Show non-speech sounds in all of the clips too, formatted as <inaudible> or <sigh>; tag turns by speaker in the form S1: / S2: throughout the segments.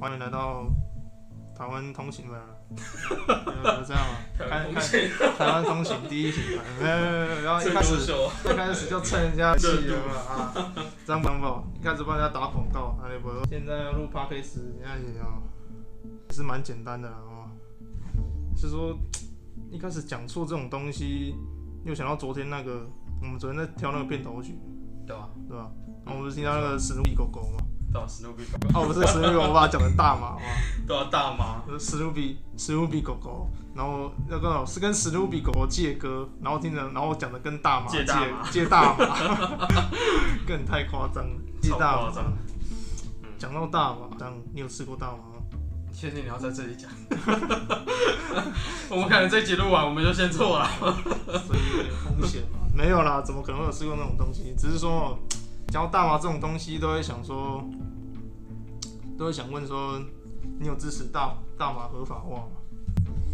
S1: 欢迎来到台湾通 <laughs> 行了，有这样吗？看看台湾通行第一品牌，没有没有没有，然后一
S2: 最
S1: 开
S2: 优
S1: 始
S2: 秀，
S1: 一开始就蹭人家气了嘛啊，这样帮不？一开始帮人家打广告，哎不，现在要录 podcast，人家也要也是蛮简单的啦哦，是说一开始讲错这种东西，又想到昨天那个，我们昨天在挑那个片头曲，
S2: 对吧？
S1: 对吧？然后我们不是听到那个史努比狗狗嘛，
S2: 对吧？Snoopy，
S1: 哦，不是史努比，我把它讲成大麻嘛。
S2: 对啊，大妈，
S1: 史努比史努比狗狗，然后那个是跟史努比狗狗借歌，然后听着，然后讲的跟大麻
S2: 借大麻
S1: 借大麻，更太夸张了，借
S2: 超
S1: 大
S2: 夸
S1: 麻
S2: 张。。
S1: 讲到大麻，这样你有吃过大麻吗？
S2: 确定你要在这里讲？我们可能这集录完我们就先错了。
S1: 所以有点风险嘛。 <laughs> 没有啦，怎么可能会有吃过那种东西？只是说，讲到大麻这种东西，都会想说，都会想问说，你有支持大大麻合法化吗？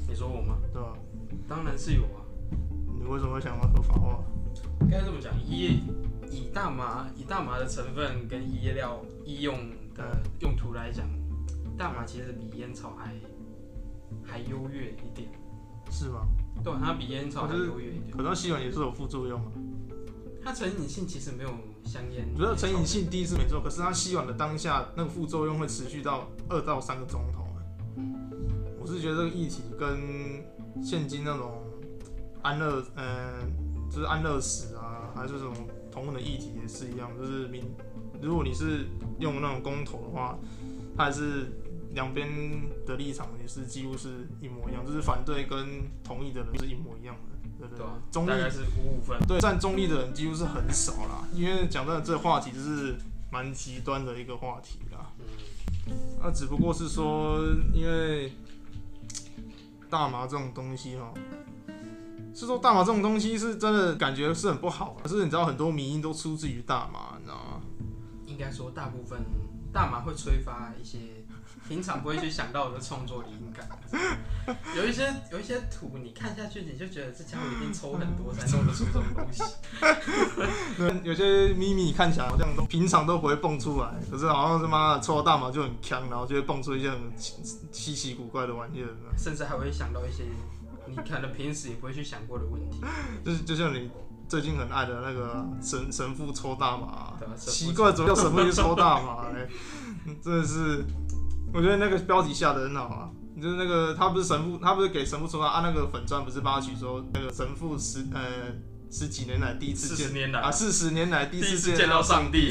S2: 你说我吗？
S1: 对吧？
S2: 当然是有啊。
S1: 你为什么会想要合法化？
S2: 应该这么讲，医以大麻以大麻的成分跟医疗医用的用途来讲，大麻其实比烟草还还优越一点。
S1: 是吧？
S2: 对啊，它比烟草还优越一点。
S1: 可能吸完也是有副作用啊。
S2: 它成瘾性其实没有香烟。
S1: 我觉得成瘾性低是没错，可是它吸完的当下，那个副作用会持续到二到三个钟头。欸我是觉得这个议题跟现今那种安乐，嗯、就是安乐死啊，还是这种同等的议题也是一样，就是民，如果你是用那种公投的话，它还是两边的立场也是几乎是一模一样，就是反对跟同意的人是一模一样的，对不对？
S2: 对啊，
S1: 中立
S2: 大概是五五分。
S1: 对，站中立的人几乎是很少啦，因为讲真的，这个话题就是蛮极端的一个话题啦。
S2: 嗯，
S1: 那、只不过是说，因为大麻这种东西哈，是说大麻这种东西是真的感觉是很不好，可是你知道很多迷因都出自于大麻，你知道吗？ <laughs>
S2: 应该说大部分大麻会催发一些平常不会去想到的创作灵感。啊有一些有一些图，你看下去你就觉得这家伙一定抽很多才弄得出这种东西。
S1: 对，有些秘密看起来好像都平常都不会蹦出来，可是好像他妈的抽到大麻就很呛，然后就会蹦出一些很稀稀奇古怪的玩意儿。
S2: 甚至还会想到一些你可能平时也不会去想过的问题，
S1: 就是就像你最近很爱的那个神神父抽大麻、
S2: 对啊神父
S1: 奇怪，怎么叫神父去抽大麻 <laughs> 嘞？真的是，我觉得那个标题下的很好啊。就是那个他不是神父，他不是给神父抽大啊？那个粉钻不是帮他取说那个神父十呃十几年来第一次
S2: 四十
S1: 见
S2: 年来
S1: 啊，四十年来第一
S2: 第一
S1: 次
S2: 次
S1: 见
S2: 见到上帝，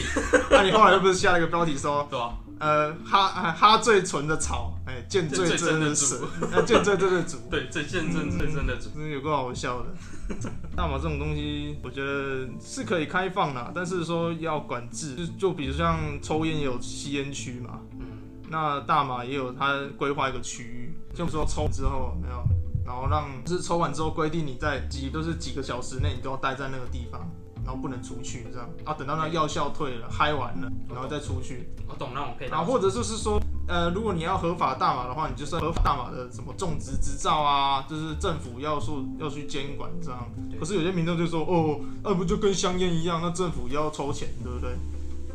S1: 那、你后来又不是下了一个标题说
S2: 对吧？
S1: 呃哈啊哈最纯的草，哎、见
S2: 见
S1: 真
S2: 最真的
S1: 神，呃见最真的主。
S2: 对，最见证最真的主，
S1: 真的有够好笑的。 <laughs> 大麻这种东西，我觉得是可以开放啦，但是说要管制，就就比如像抽烟也有吸烟区嘛，
S2: 嗯，
S1: 那大麻也有它规划一个区域，就说抽之后有没有，然后让就是抽完之后规定你在几就是几个小时内你都要待在那个地方，然后不能出去这样，啊等到那药效退了，嗨完了，然后再出去，
S2: 我懂那种配
S1: 然后
S2: 套，
S1: 啊或者就是说，呃，如果你要合法大麻的话，你就是合法大麻的什么种植执照啊，就是政府要说要去监管这样。
S2: 对
S1: 可是有些民众就说，哦，那、不就跟香烟一样，那政府要抽钱，对不对？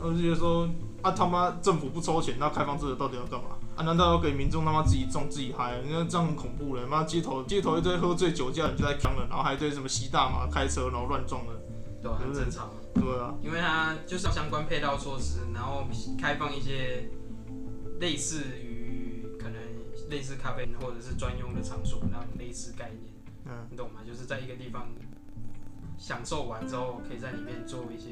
S1: 我就觉得说，啊他妈政府不抽钱，那开放这个到底要干嘛？啊，难道要给民众他妈自己种自己嗨？那这样很恐怖了，妈街头街头一堆喝醉酒驾人就在扛了，然后还一堆什么吸大麻开车然后乱撞的，
S2: 对吧？啊很正常，
S1: 对啊，
S2: 因为它就是要相关配套措施，然后开放一些类似于可能类似咖啡因或者是专用的场所那种类似概念，
S1: 嗯，
S2: 你懂吗？就是在一个地方享受完之后，可以在里面做一些，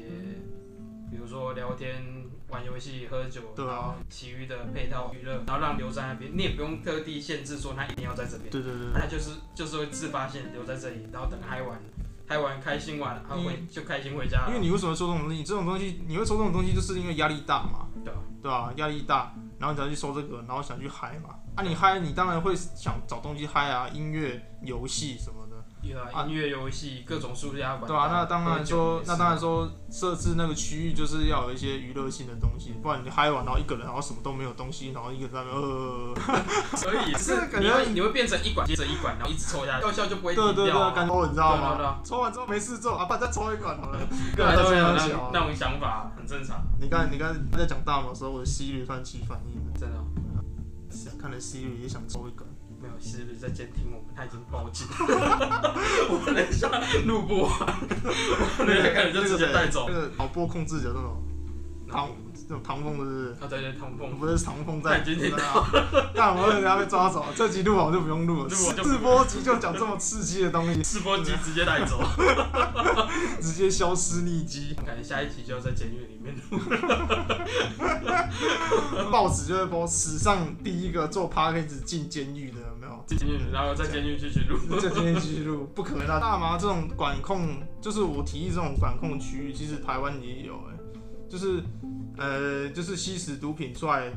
S2: 比如说聊天、玩游戏、喝酒，
S1: 对啊
S2: 然后其余的配套娱乐，然后让留在那边，你也不用特地限制说他一定要在这边，
S1: 对对对。
S2: 他就是就是会自发性留在这里，然后等嗨完，嗨完开心完，他回、就开心回家了，
S1: 因为你为什么会抽这种东西？这种东西你会抽这种东西，就是因为压力大嘛，
S2: 对啊
S1: 对吧、压力大，然后你才去抽这个，然后想去嗨嘛。啊，你嗨，你当然会想找东西嗨啊，音乐、游戏什么的，
S2: 对啊
S1: 啊
S2: 音乐游戏各种舒压玩，
S1: 对吧、啊那当然说
S2: 喝酒也，是
S1: 那当然说，设置那个区域就是要有一些娱乐性的东西，不然你嗨完，然后一个人，然后什么都没有东西，然后一个人在那边呃，
S2: <laughs> 所
S1: <laughs>
S2: 以
S1: 这个感觉
S2: 你会你会变成一管接着一管，然后一直抽下去，药效就不会
S1: 对
S2: 停掉、
S1: 对
S2: 啊。
S1: 对，感觉你知道
S2: 对啊对
S1: 吗
S2: 啊？
S1: 抽完之后没事做啊，不然再抽一管好了。
S2: 对啊，都会有那
S1: 小
S2: 种那种想法，很正常，
S1: 你刚才你刚才在讲大麻的时候，我的吸率突然起反应了。
S2: 真的哦。
S1: 想看了 Siri 也想抽一根，
S2: 没有，是不是在监听我们？他已经报
S1: <laughs>
S2: 警，我不能下录播完，我们两个人就直接带走
S1: 那。个导播控制的那种
S2: 然
S1: 唐
S2: 后，
S1: 那种唐风的是
S2: 啊对对，唐
S1: 不是，
S2: 风，
S1: 不是唐风在
S2: 他已经听
S1: <laughs> 啊，但我等下被抓走，这集录好就不用录了，
S2: 录好就
S1: 四波集就讲这么刺激的东西，
S2: 直播机直接带走。
S1: 直接消失匿
S2: <laughs>
S1: 迹，
S2: 感觉下一期就要在监狱里面录。
S1: 报纸就会播史上第一个做 p a c k a g e 进监狱的，有没有？
S2: 进去，然后在监狱继续录。
S1: <laughs> 这今天继续录，不可能啊！大麻这种管控，就是我提议这种管控区域，其实台湾也有哎、就是呃，就是吸食毒品出来，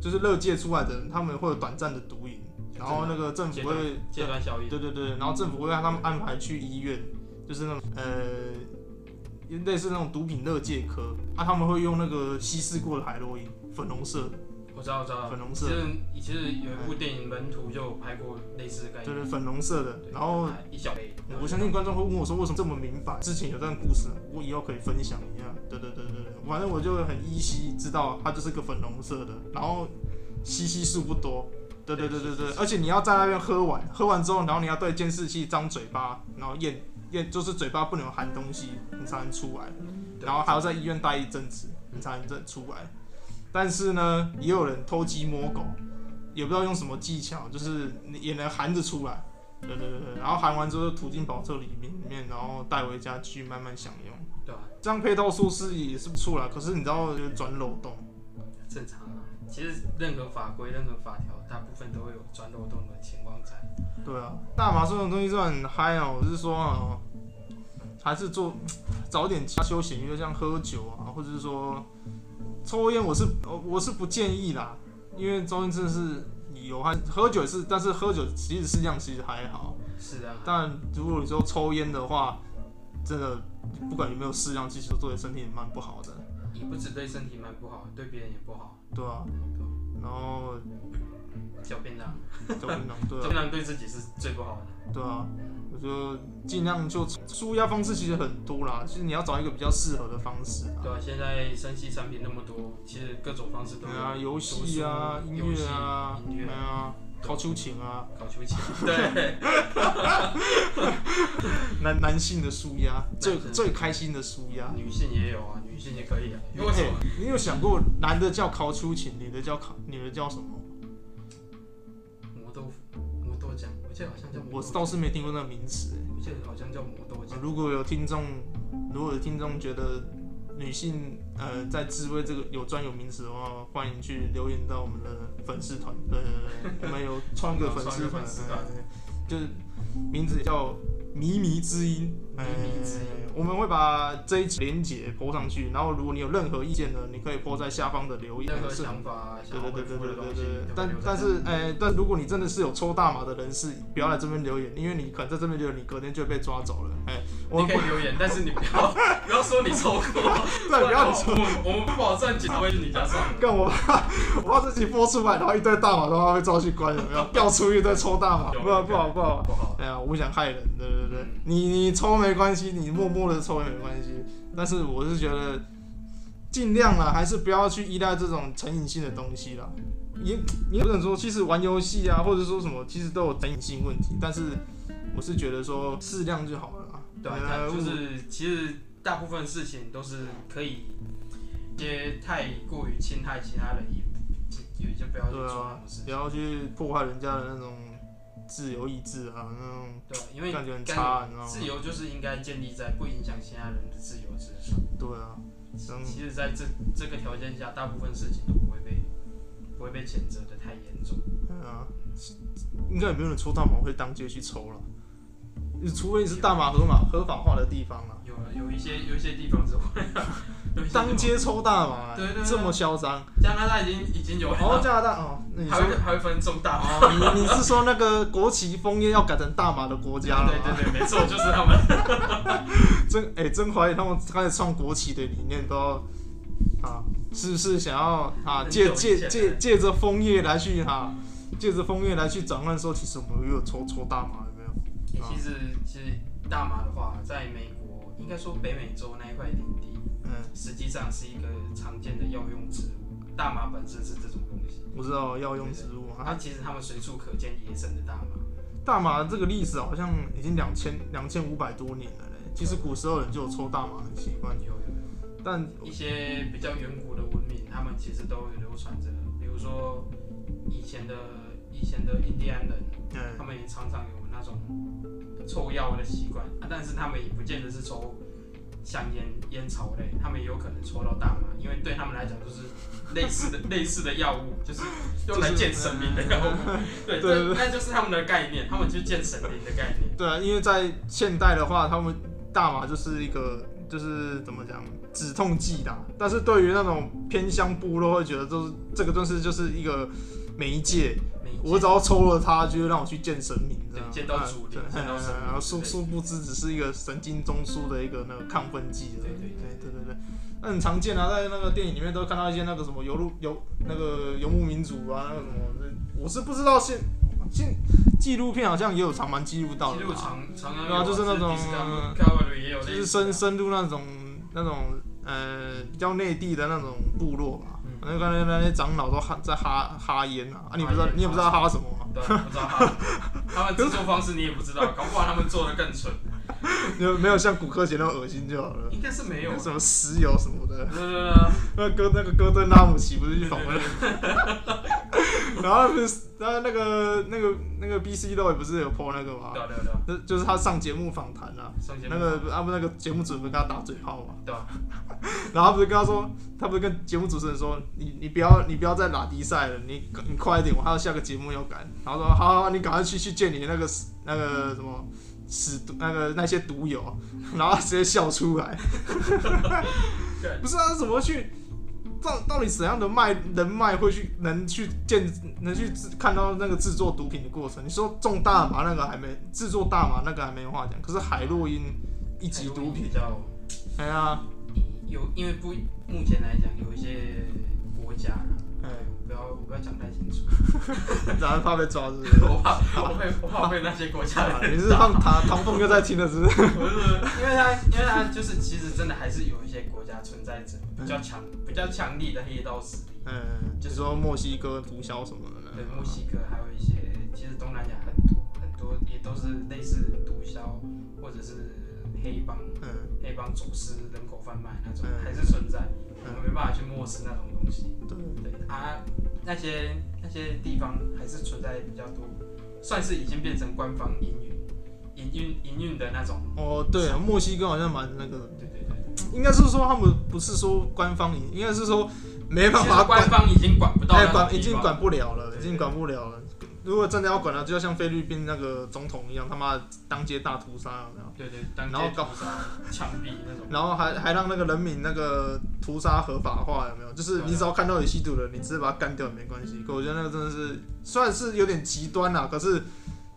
S1: 就是乐界出来的人，他们会有短暂的毒瘾，然后那个政府会，
S2: 阶段效应，
S1: 对对对，然后政府会让他们安排去医院，就是那种呃，类似那种毒品乐界科，啊，他们会用那个稀释过的海洛因，粉红色的，
S2: 我知道，我知道
S1: 粉。红
S2: 其
S1: 色的，
S2: 实其实有一部电影《门徒》就有拍过类似的概
S1: 对
S2: 念，
S1: 对，粉红色的
S2: 对，
S1: 然后
S2: 它一小杯。
S1: 我相信观众会问我说为什么这么明白？之前有段故事，我以后可以分享一下。对对对对对，反正我就很依稀知道它就是个粉红色的，然后稀稀数不多。对对对对对，而且你要在那边喝完，喝完之后，然后你要对监视器张嘴巴，然后咽咽，就是嘴巴不能含东西，你才能出来。
S2: 对
S1: 然后还要在医院待一阵子，你才能出来。但是呢，也有人偷鸡摸狗，也不知道用什么技巧，就是你也能含着出来。对对对，对然后含完之后吐进保特里面，里面然后带回家去慢慢享用。
S2: 对啊吧？
S1: 这样配套措施也是不错啦，可是你知道就是钻漏洞，
S2: 正常啊。其实任何法规、任何法条，大部分都会有钻漏洞的情况在。
S1: 对啊，大麻这种东西是很嗨哦，我是说啊，还是做早点加休闲娱乐，像喝酒啊，或者是说抽烟，我是呃我是不建议啦，因为抽烟真的是有害，喝酒也是，但是喝酒其实适量其实还好，
S2: 是的啊，
S1: 但如果你说抽烟的话，真的不管有没有适量，其实都对身体也蛮不好的，
S2: 你不只对身体蛮不好，对别人也不好。
S1: 对啊，然后
S2: 小便当，
S1: 酒槟榔，对
S2: 小
S1: 啊
S2: 便，当对自己是最不好的。
S1: 对啊，我就尽量就舒压方式其实很多啦，就是你要找一个比较适合的方式啦。
S2: 对啊，现在生息产品那么多，其实各种方式都
S1: 对
S2: 有
S1: 啊，游戏啊，
S2: 读书
S1: 音
S2: 游戏
S1: 乐啊，
S2: 音乐
S1: 对啊，考秋情啊，
S2: 搞球
S1: <laughs>
S2: 情，对，
S1: 男男性的舒压，最
S2: 男性
S1: 最开心的舒压。
S2: 女性也有啊，女性也可以啊。
S1: 因
S2: 为什么？
S1: 你有想过，男的叫考秋情，女的叫考，女的叫什么？
S2: 磨豆腐，磨豆浆，我记得好像叫磨
S1: 我
S2: 豆浆，
S1: 倒是没听过那个名词、欸
S2: 我记得好像叫磨豆浆。
S1: 如果有听众，如果有听众觉得女性呃在自慰这个有专有名词的话，欢迎去留言到我们的粉丝团。对对对，我们有创个粉丝
S2: 创个
S1: 团
S2: 粉丝团，
S1: 呃就是名字叫靡靡之音。
S2: 靡靡之音
S1: 呃我们会把这一集连结播上去，然后如果你有任何意见呢，你可以播在下方的留言。
S2: 任何
S1: 是
S2: 想法、
S1: 对
S2: 想
S1: 对
S2: 要
S1: 对
S2: 回
S1: 对
S2: 复
S1: 对
S2: 的东
S1: 对
S2: 西
S1: 对
S2: 都可以留
S1: 对
S2: 在，
S1: 但
S2: 这里，
S1: 但是，哎、但如果你真的是有抽大麻的人士，不要来这边留言，因为你可能在这边留言，你隔天就被抓走了。哎、我
S2: 你
S1: 们
S2: 可
S1: 不
S2: 以留言，但是你不要不要说你抽
S1: <laughs>
S2: 过，啊
S1: 对，不要你抽，
S2: 我们我们不保证警察会去你家上门。
S1: 跟我 <laughs> 怕，我怕自己播出来，然后一堆大麻的话被抓去关，有没有？调出一堆抽大麻，
S2: 有
S1: 不好不好不好。
S2: 不好，
S1: 哎呀，我不想害人，对对对
S2: 嗯，
S1: 你你抽没关系，你默默的抽也没关系，但是我是觉得尽量啦，还是不要去依赖这种成瘾性的东西啦。也也不能说，其实玩游戏啊，或者说什么，其实都有成瘾性问题，但是我是觉得说适量就好了啦。
S2: 对啊，
S1: 呃
S2: 但就是其实大部分事情都是可以，一些太过于侵害其他人也也就不要去
S1: 对
S2: 做
S1: 啊
S2: 那种事，
S1: 不
S2: 情，
S1: 要去破坏人家的那种自由意志啊，那种
S2: 对啊，因为
S1: 感觉很
S2: 干
S1: 差，你知道吗？
S2: 自由就是应该建立在不影响其他人的自由之上。
S1: 对啊，嗯
S2: 其实，在这这个条件下，大部分事情都不会被不会被谴责的太严重。
S1: 对啊，应该也没有人抽大麻会当街去抽了，除非你是大麻合法合法化的地方啦。
S2: 有有一些有一些地方是会 <laughs> 有一些地方
S1: 当街抽大麻、
S2: 对对对
S1: 这么嚣张？
S2: 加拿大已经已经有了，
S1: 哦，加拿大哦，那你
S2: 还
S1: 说
S2: 会还会分重大麻。
S1: 哦，你你是说那个国旗枫叶要改成大麻的国家了
S2: 对
S1: 吗？啊
S2: 对对，没错，就是他们。
S1: 真哎、真怀疑他们开始创国旗的理念都要啊，是不是想要啊
S2: 很
S1: 借
S2: 久以
S1: 借
S2: 前
S1: 借
S2: 的
S1: 借着枫叶来去哈、啊，借着枫叶来去转换说，其实我们也有抽抽大麻有没有？
S2: 欸其实其实大麻的话，在美国应该说北美洲那一块领地，
S1: 嗯，
S2: 实际上是一个常见的药用植物。大麻本身是这种东西，
S1: 我知道药用植物
S2: 它
S1: 啊，
S2: 其实他们随处可见野生的大麻。
S1: 大麻这个历史好像已经两千两千五百多年了嘞。其实古时候人就有抽大麻的习惯，
S2: 有有
S1: 但
S2: 一些比较远古的文明，他们其实都流传着，比如说以前的以前的印第安人，
S1: 呃
S2: 他们也常常有那种抽药的习惯、啊，但是他们也不见得是抽香烟烟草类，他们也有可能抽到大麻，因为对他们来讲就是类似的类似的药物，就是用来
S1: 就是
S2: 见神明的药物，
S1: 对
S2: 对，这那就是他们的概念，他们就见神灵的概念。
S1: 对啊，因为在现代的话，他们大麻就是一个就是怎么讲止痛剂啦。但是对于那种偏乡部落，会觉得就是这个东西就是一个媒介，
S2: 每一
S1: 我只要抽了它，就会让我去见神明，这
S2: 对
S1: 样
S2: 见到主灵
S1: 啊对
S2: 见到神明
S1: 哎哎哎哎殊
S2: 对
S1: 殊不知只是一个神经中枢的一个那个亢奋剂而已。
S2: 对对
S1: 对对对对，那很常见啊，在那个电影里面都看到一些那个什么游牧游那个游牧民族啊，那个什么，那我是不知道现现纪录片好像也有常蛮记录到
S2: 其
S1: 的
S2: 实我
S1: 啦，
S2: 常常常
S1: 对啊就是那种
S2: Discovery 也有类
S1: 就
S2: 似的
S1: 是深深入那种那种呃比较内地的那种部落吧
S2: 嗯，
S1: 那个那些长老都哈在哈哈烟啊，啊你不知道
S2: 哈烟
S1: 你也不知道哈什么啊吗？
S2: 对，不知道他们他们制作方式你也不知道，搞不好他们做的更蠢，
S1: 就没有像骨科节那么恶心就好了。
S2: 应该是没有。啊
S1: 什么石油什么的，
S2: 呃，
S1: 那哥那个戈登拉姆齐不是去
S2: 对
S1: 访
S2: 对
S1: 问，
S2: 对
S1: 然后不是然后那个那个那个 B C 豆也不是有 po 那个吗？
S2: 对啊对啊对
S1: 就
S2: 啊，
S1: 就是他上节目访谈啊，
S2: 上节目
S1: 那个啊不那个节目主持人跟他打嘴炮嘛，
S2: 对啊，
S1: <laughs> 然后他不是跟他说，他不是跟节目主持人说，你你不要你不要再拉低赛了，你你快一点，我还有下个节目要赶。然后说好好，好你赶快去去见你那个那个什么死毒那个那些毒友，然后他直接笑出来
S2: 对。
S1: <laughs> 不是啊，怎么去？到到底怎样的脉人脉会去能去见能去制看到那个制作毒品的过程？你说种大麻那个还没制作大麻那个还没话讲，可是海洛因一级毒品
S2: 比，较
S1: 哎呀，
S2: 有，因为不目前来讲有一些国家啦，
S1: 哎
S2: 对，我不要我不要讲太清楚，
S1: 然后怕被抓是不是？
S2: <laughs> 我怕我被我怕被那些国家的
S1: 你
S2: 人
S1: 是
S2: 打
S1: 放唐唐凤又在听了是不是？
S2: 不是， <laughs> 因为他，因为他就是其实真的还是有一些国家存在着比较强、比较强力的黑道势力，
S1: 嗯，就说墨西哥毒枭什么的，
S2: 对墨西哥，还有一些其实东南亚很多很多也都是类似毒枭或者是黑帮、
S1: 嗯，
S2: 黑帮走私、人口贩卖那种
S1: 嗯
S2: 还是存在，我们没办法去漠视那种东西。
S1: 对，
S2: 对啊，那些那些地方还是存在比较多，算是已经变成官方营运、营运、营运的那种。
S1: 哦对啊，墨西哥好像蛮那个，
S2: 对对对。
S1: 应该是说他们不是说官方赢，应该是说没办
S2: 其实
S1: 法
S2: 官方已经管不到
S1: 哎
S2: 那，种
S1: 管
S2: 地
S1: 已经
S2: 方
S1: 管不了了，
S2: 对
S1: 已经管不了了。如果真的要管了，就要像菲律宾那个总统一样，他妈当街大屠杀，有没有
S2: 对对，当
S1: 然后
S2: 街屠杀、枪毙那种。
S1: 然后还还让那个人民那个屠杀合法化，有没有？就是你只要看到有吸毒的人，你直接把他干掉也没关系。可我觉得那个真的是虽然是有点极端啦，可是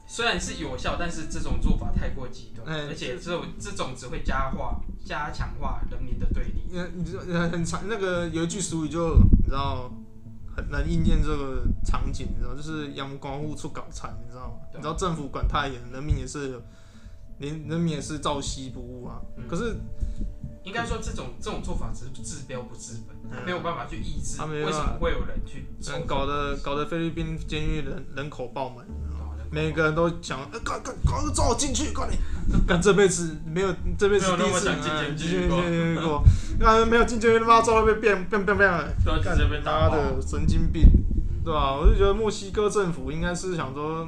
S2: 虽然是有效，但是这种做法太过极端，
S1: 哎
S2: 而且这种这种只会加化、加强化人民的对立。
S1: 呃你知道呃很长那个有一句俗语就你知道很能应验这个场景，你知道就是阳光户出搞残，你知道吗？
S2: 对啊
S1: 你知道政府管太严，人民也是连人民也是照吸不误啊。
S2: 嗯
S1: 可是
S2: 应该说，这种这种做法只是治标不治本，它
S1: 嗯
S2: 没有办法去抑制
S1: 它没
S2: 为
S1: 办法
S2: 什么会有人去
S1: 人
S2: 抽
S1: 搞得搞得菲律宾监狱人人口爆满，你知道吗
S2: 哦人口
S1: 每个人都想，呃，快快快快抓我进去，快点！干这辈子没有，这辈子
S2: 没有
S1: 第
S2: 那
S1: 一
S2: 么
S1: 次
S2: 想进
S1: 哎
S2: 监
S1: 进
S2: 狱过
S1: 监狱过， <laughs> 那没有进监狱，他妈抓到被变变变变了，
S2: 都要直接被打
S1: 妈
S2: 爆。
S1: 的神经病，对吧、我就觉得墨西哥政府应该是想说，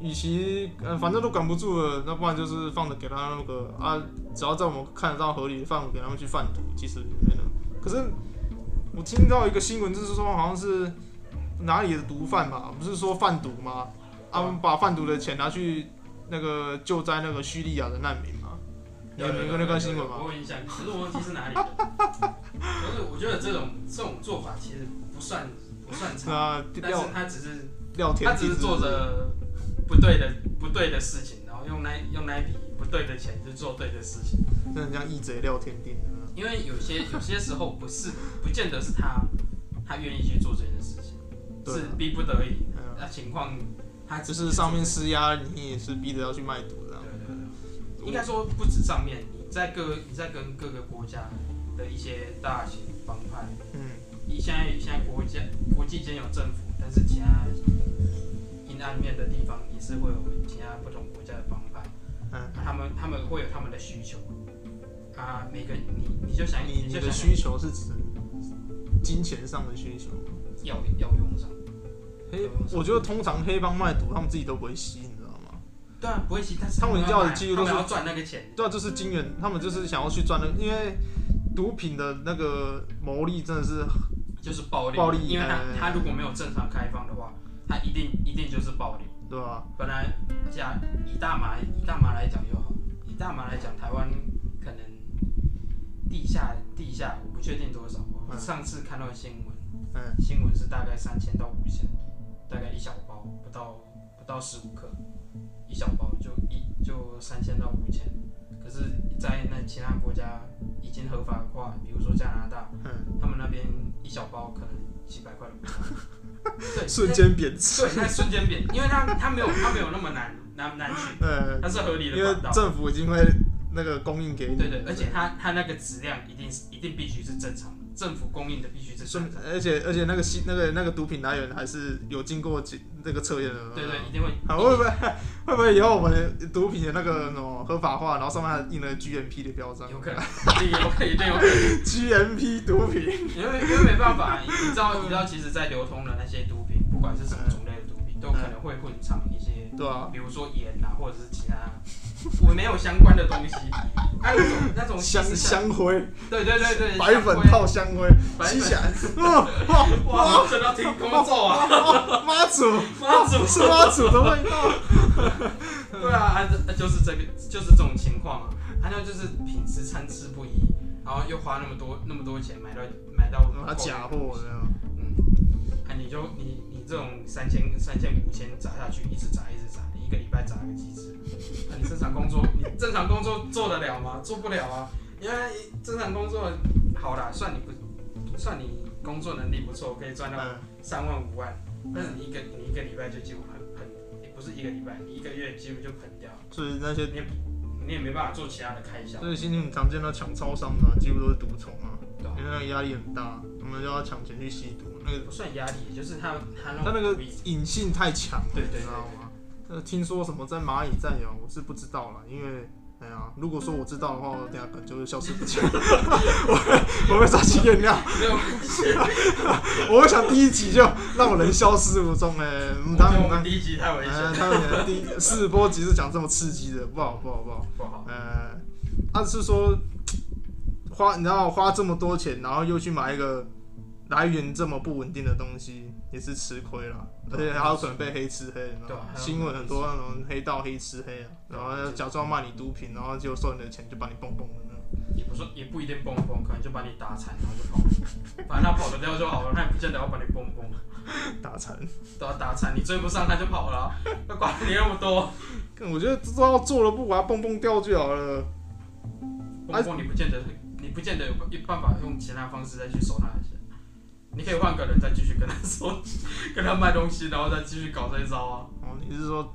S1: 与其呃反正都管不住了，那不然就是放着给他那个啊，只要在我们看得到合理的范围给他们去贩毒，其实没有。可是我听到一个新闻，就是说好像是哪里的毒贩嘛，不是说贩毒吗？他、
S2: 啊
S1: 们把贩毒的钱拿去那个救灾那个叙利亚的难民嘛，你
S2: 有
S1: 们有那个新闻
S2: 有有
S1: 吗？
S2: 我有印象，可是我忘记是哪里的。可是我觉得这种这种做法其实不算不算差，
S1: 那
S2: 但是
S1: 廖
S2: 它只是
S1: 廖天
S2: 他
S1: 地
S2: 只是做着不对的不对的事情，然后用那用那一笔不对的钱去做对的事情。
S1: 真的很像义贼廖天地，
S2: 因为有些有些时候不是不见得是他他愿意去做这件事情，
S1: 对啊
S2: 是逼不得已。
S1: 嗯。
S2: 那情况他
S1: 就
S2: 只
S1: 是上面施压，你也是逼着要去卖毒这
S2: 对
S1: 样。
S2: 对对，应该说不止上面，你在各你在跟各个国家的一些大型帮派
S1: 嗯，
S2: 一以现在现在国家国际间有政府，但是其他阴暗面的地方也是会有其他不同国家的帮派，
S1: 嗯，
S2: 他们他们会有他们的需求啊，每个你你就想
S1: 你你
S2: 就
S1: 的
S2: 想
S1: 需求是指金钱上的需求吗？
S2: 要要用上，
S1: 黑，我觉得通常黑帮卖毒，他们自己都不会吸，你知道吗？
S2: 对啊，不会吸，但是
S1: 他们要
S2: 要
S1: 的几乎都是
S2: 他们要赚那个钱，
S1: 对啊，就是金元，他们就是想要去赚那个，因为毒品的那个牟利真的是
S2: 就是暴力，
S1: 暴力
S2: 因为他
S1: 哎
S2: 他如果没有正常开放的话，他一定一定就是暴力。
S1: 对啊吧、
S2: 本来假以大麻以大麻来讲就好，以大麻来讲，台湾可能地下地下我不确定多少，我
S1: 嗯
S2: 上次看到的新闻，
S1: 嗯，
S2: 新闻是大概三千到五千，大概一小包不到不到十五克，一小包就一就三千到五千，可是，在那其他国家已经合法化，比如说加拿大，
S1: 嗯，
S2: 他们那边一小包可能几百块都不
S1: <laughs>
S2: 到，对，
S1: 瞬间贬值。
S2: 对，那瞬间变，因为他他没有他没有那么难难难取，
S1: 呃，
S2: 它是合理
S1: 因
S2: 的
S1: 为
S2: 管道。
S1: 政府已经会那个供应给你，
S2: 对对，而且它它那个质量一定是一定必须是正常的，政府供应的必须是
S1: 顺
S2: 正常的，
S1: 而且而且那个吸那个那个毒品来源还是有经过检那个测验的，
S2: 对对，一定会。
S1: 啊，会不会会不会以后我们的毒品的那个什么合法化，然后上面还印了 GMP 的标章
S2: 有可能，一定有可能，一定有可能，
S1: ，GMP 毒品，
S2: 因为因为没办法，你知道你知道，其实，在流通的那些毒品，不管是什么种类的毒品，都可能会混藏一些，
S1: 对啊，
S2: 比如说盐啊，或者是其他我没有相关的东西，还有那种那种
S1: 香
S2: 其实是，
S1: 香灰，
S2: 对对对对，
S1: 白粉
S2: 香灰
S1: 泡香灰，
S2: 白
S1: 吸
S2: 粉
S1: 起来，哇哇
S2: 哇，整到天空
S1: <laughs>
S2: 走啊！
S1: 哇，妈祖
S2: 妈祖
S1: 是妈祖的味道，
S2: 对啊，啊这就是这个，就是这种情况啊。啊，那就是品质参差不一，然后又花那么多那么多钱买到买到
S1: 他啊假货这样，
S2: 嗯，啊，你就你你这种三千三千五千砸下去，一直砸一直砸，你一个礼拜砸个几次？啊，你正常工作，你正常工作做得了吗？做不了啊，因为正常工作好啦，算你不算你工作能力不错，可以赚到
S1: 嗯，
S2: 三万五万，但是你一个你一个礼拜就几乎很很，也不是一个礼拜，你一个月几乎就啃掉，
S1: 所以那些
S2: 你也你也没办法做其他的开销，
S1: 所以现在很常见到抢超商的啊，几乎都是毒虫啊，
S2: 对吧、
S1: 因为那个压力很大，他们就要抢钱去吸毒，那个
S2: 不算压力，就是他他那
S1: 他那
S2: 种
S1: 个
S2: 主意
S1: 瘾性太强了，
S2: 对
S1: 你
S2: 对
S1: 知道
S2: 对
S1: 吗？呃，听说什么在蚂蚁战友，我是不知道了，因为哎呀，如果说我知道的话，我等下可能就会消失不见， <laughs> 我我会抓起原谅，
S2: 没有关系。
S1: 我会想第一集就让我人消失无踪哎，
S2: 我
S1: 嗯，
S2: 觉
S1: 当
S2: 得我
S1: 然
S2: 们。第一集太危险
S1: 呃，
S2: 了，
S1: 他们第一四波集是讲这么刺激的，不好不好不好。
S2: 不好。
S1: 呃，他、是说花，你知道花这么多钱，然后又去买一个来源这么不稳定的东西，也是吃亏了，而
S2: 对
S1: 且
S2: 啊
S1: 还有可能被黑吃黑，你知道
S2: 对啊
S1: 吗？
S2: 还有
S1: 新闻很多那种黑道黑吃黑啊，然后要假装卖你毒品，然后就收你的钱就把你蹦蹦的那种。
S2: 也不说也不一定蹦蹦，可能就把你打残，然后就跑了。反正他跑得掉就好了，他也不见得要把你蹦蹦，
S1: 打残，
S2: 都要打残，你追不上他就跑了，他管你那么多。
S1: 干我觉得都要做了，不把它蹦蹦掉就好了。
S2: 蹦蹦你不见得会，你不见得有有办法用其他方式再去收他的钱，你可以换个人再继续跟他收， <laughs> 跟他卖东西，然后再继续搞这一招啊。
S1: 哦，你是说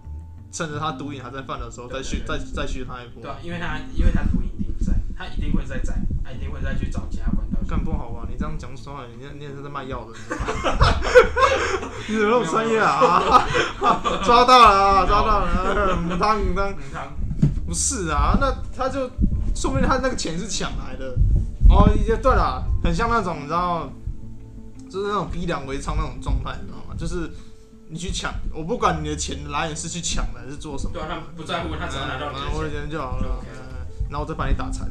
S1: 趁着他毒瘾还在犯的时候，再
S2: 对对
S1: 续再
S2: 对
S1: 再续他一波
S2: 对？啊，因为他因为他毒瘾一定在，他一定会再在，他一定会再去找其他管道去。
S1: 干不好吧？你这样讲出来，你你也是在卖药的，你知道吗？ <laughs> 你怎么那么专业啊？啊抓到了啊，抓到了！嗯当嗯当，
S2: 嗯，他
S1: 不是啊，那他就说不定他那个钱是抢来的。哦，也对啦，很像那种你知道，就是那种逼良为娼那种状态，你知道吗？就是你去抢，我不管你的钱来源是去抢的还是做什么，
S2: 对啊，他不在乎，他只要拿到你
S1: 嗯我
S2: 的
S1: 的
S2: 钱，
S1: 钱就好
S2: 就
S1: 了
S2: OK 了，
S1: 嗯然后我再把你打残。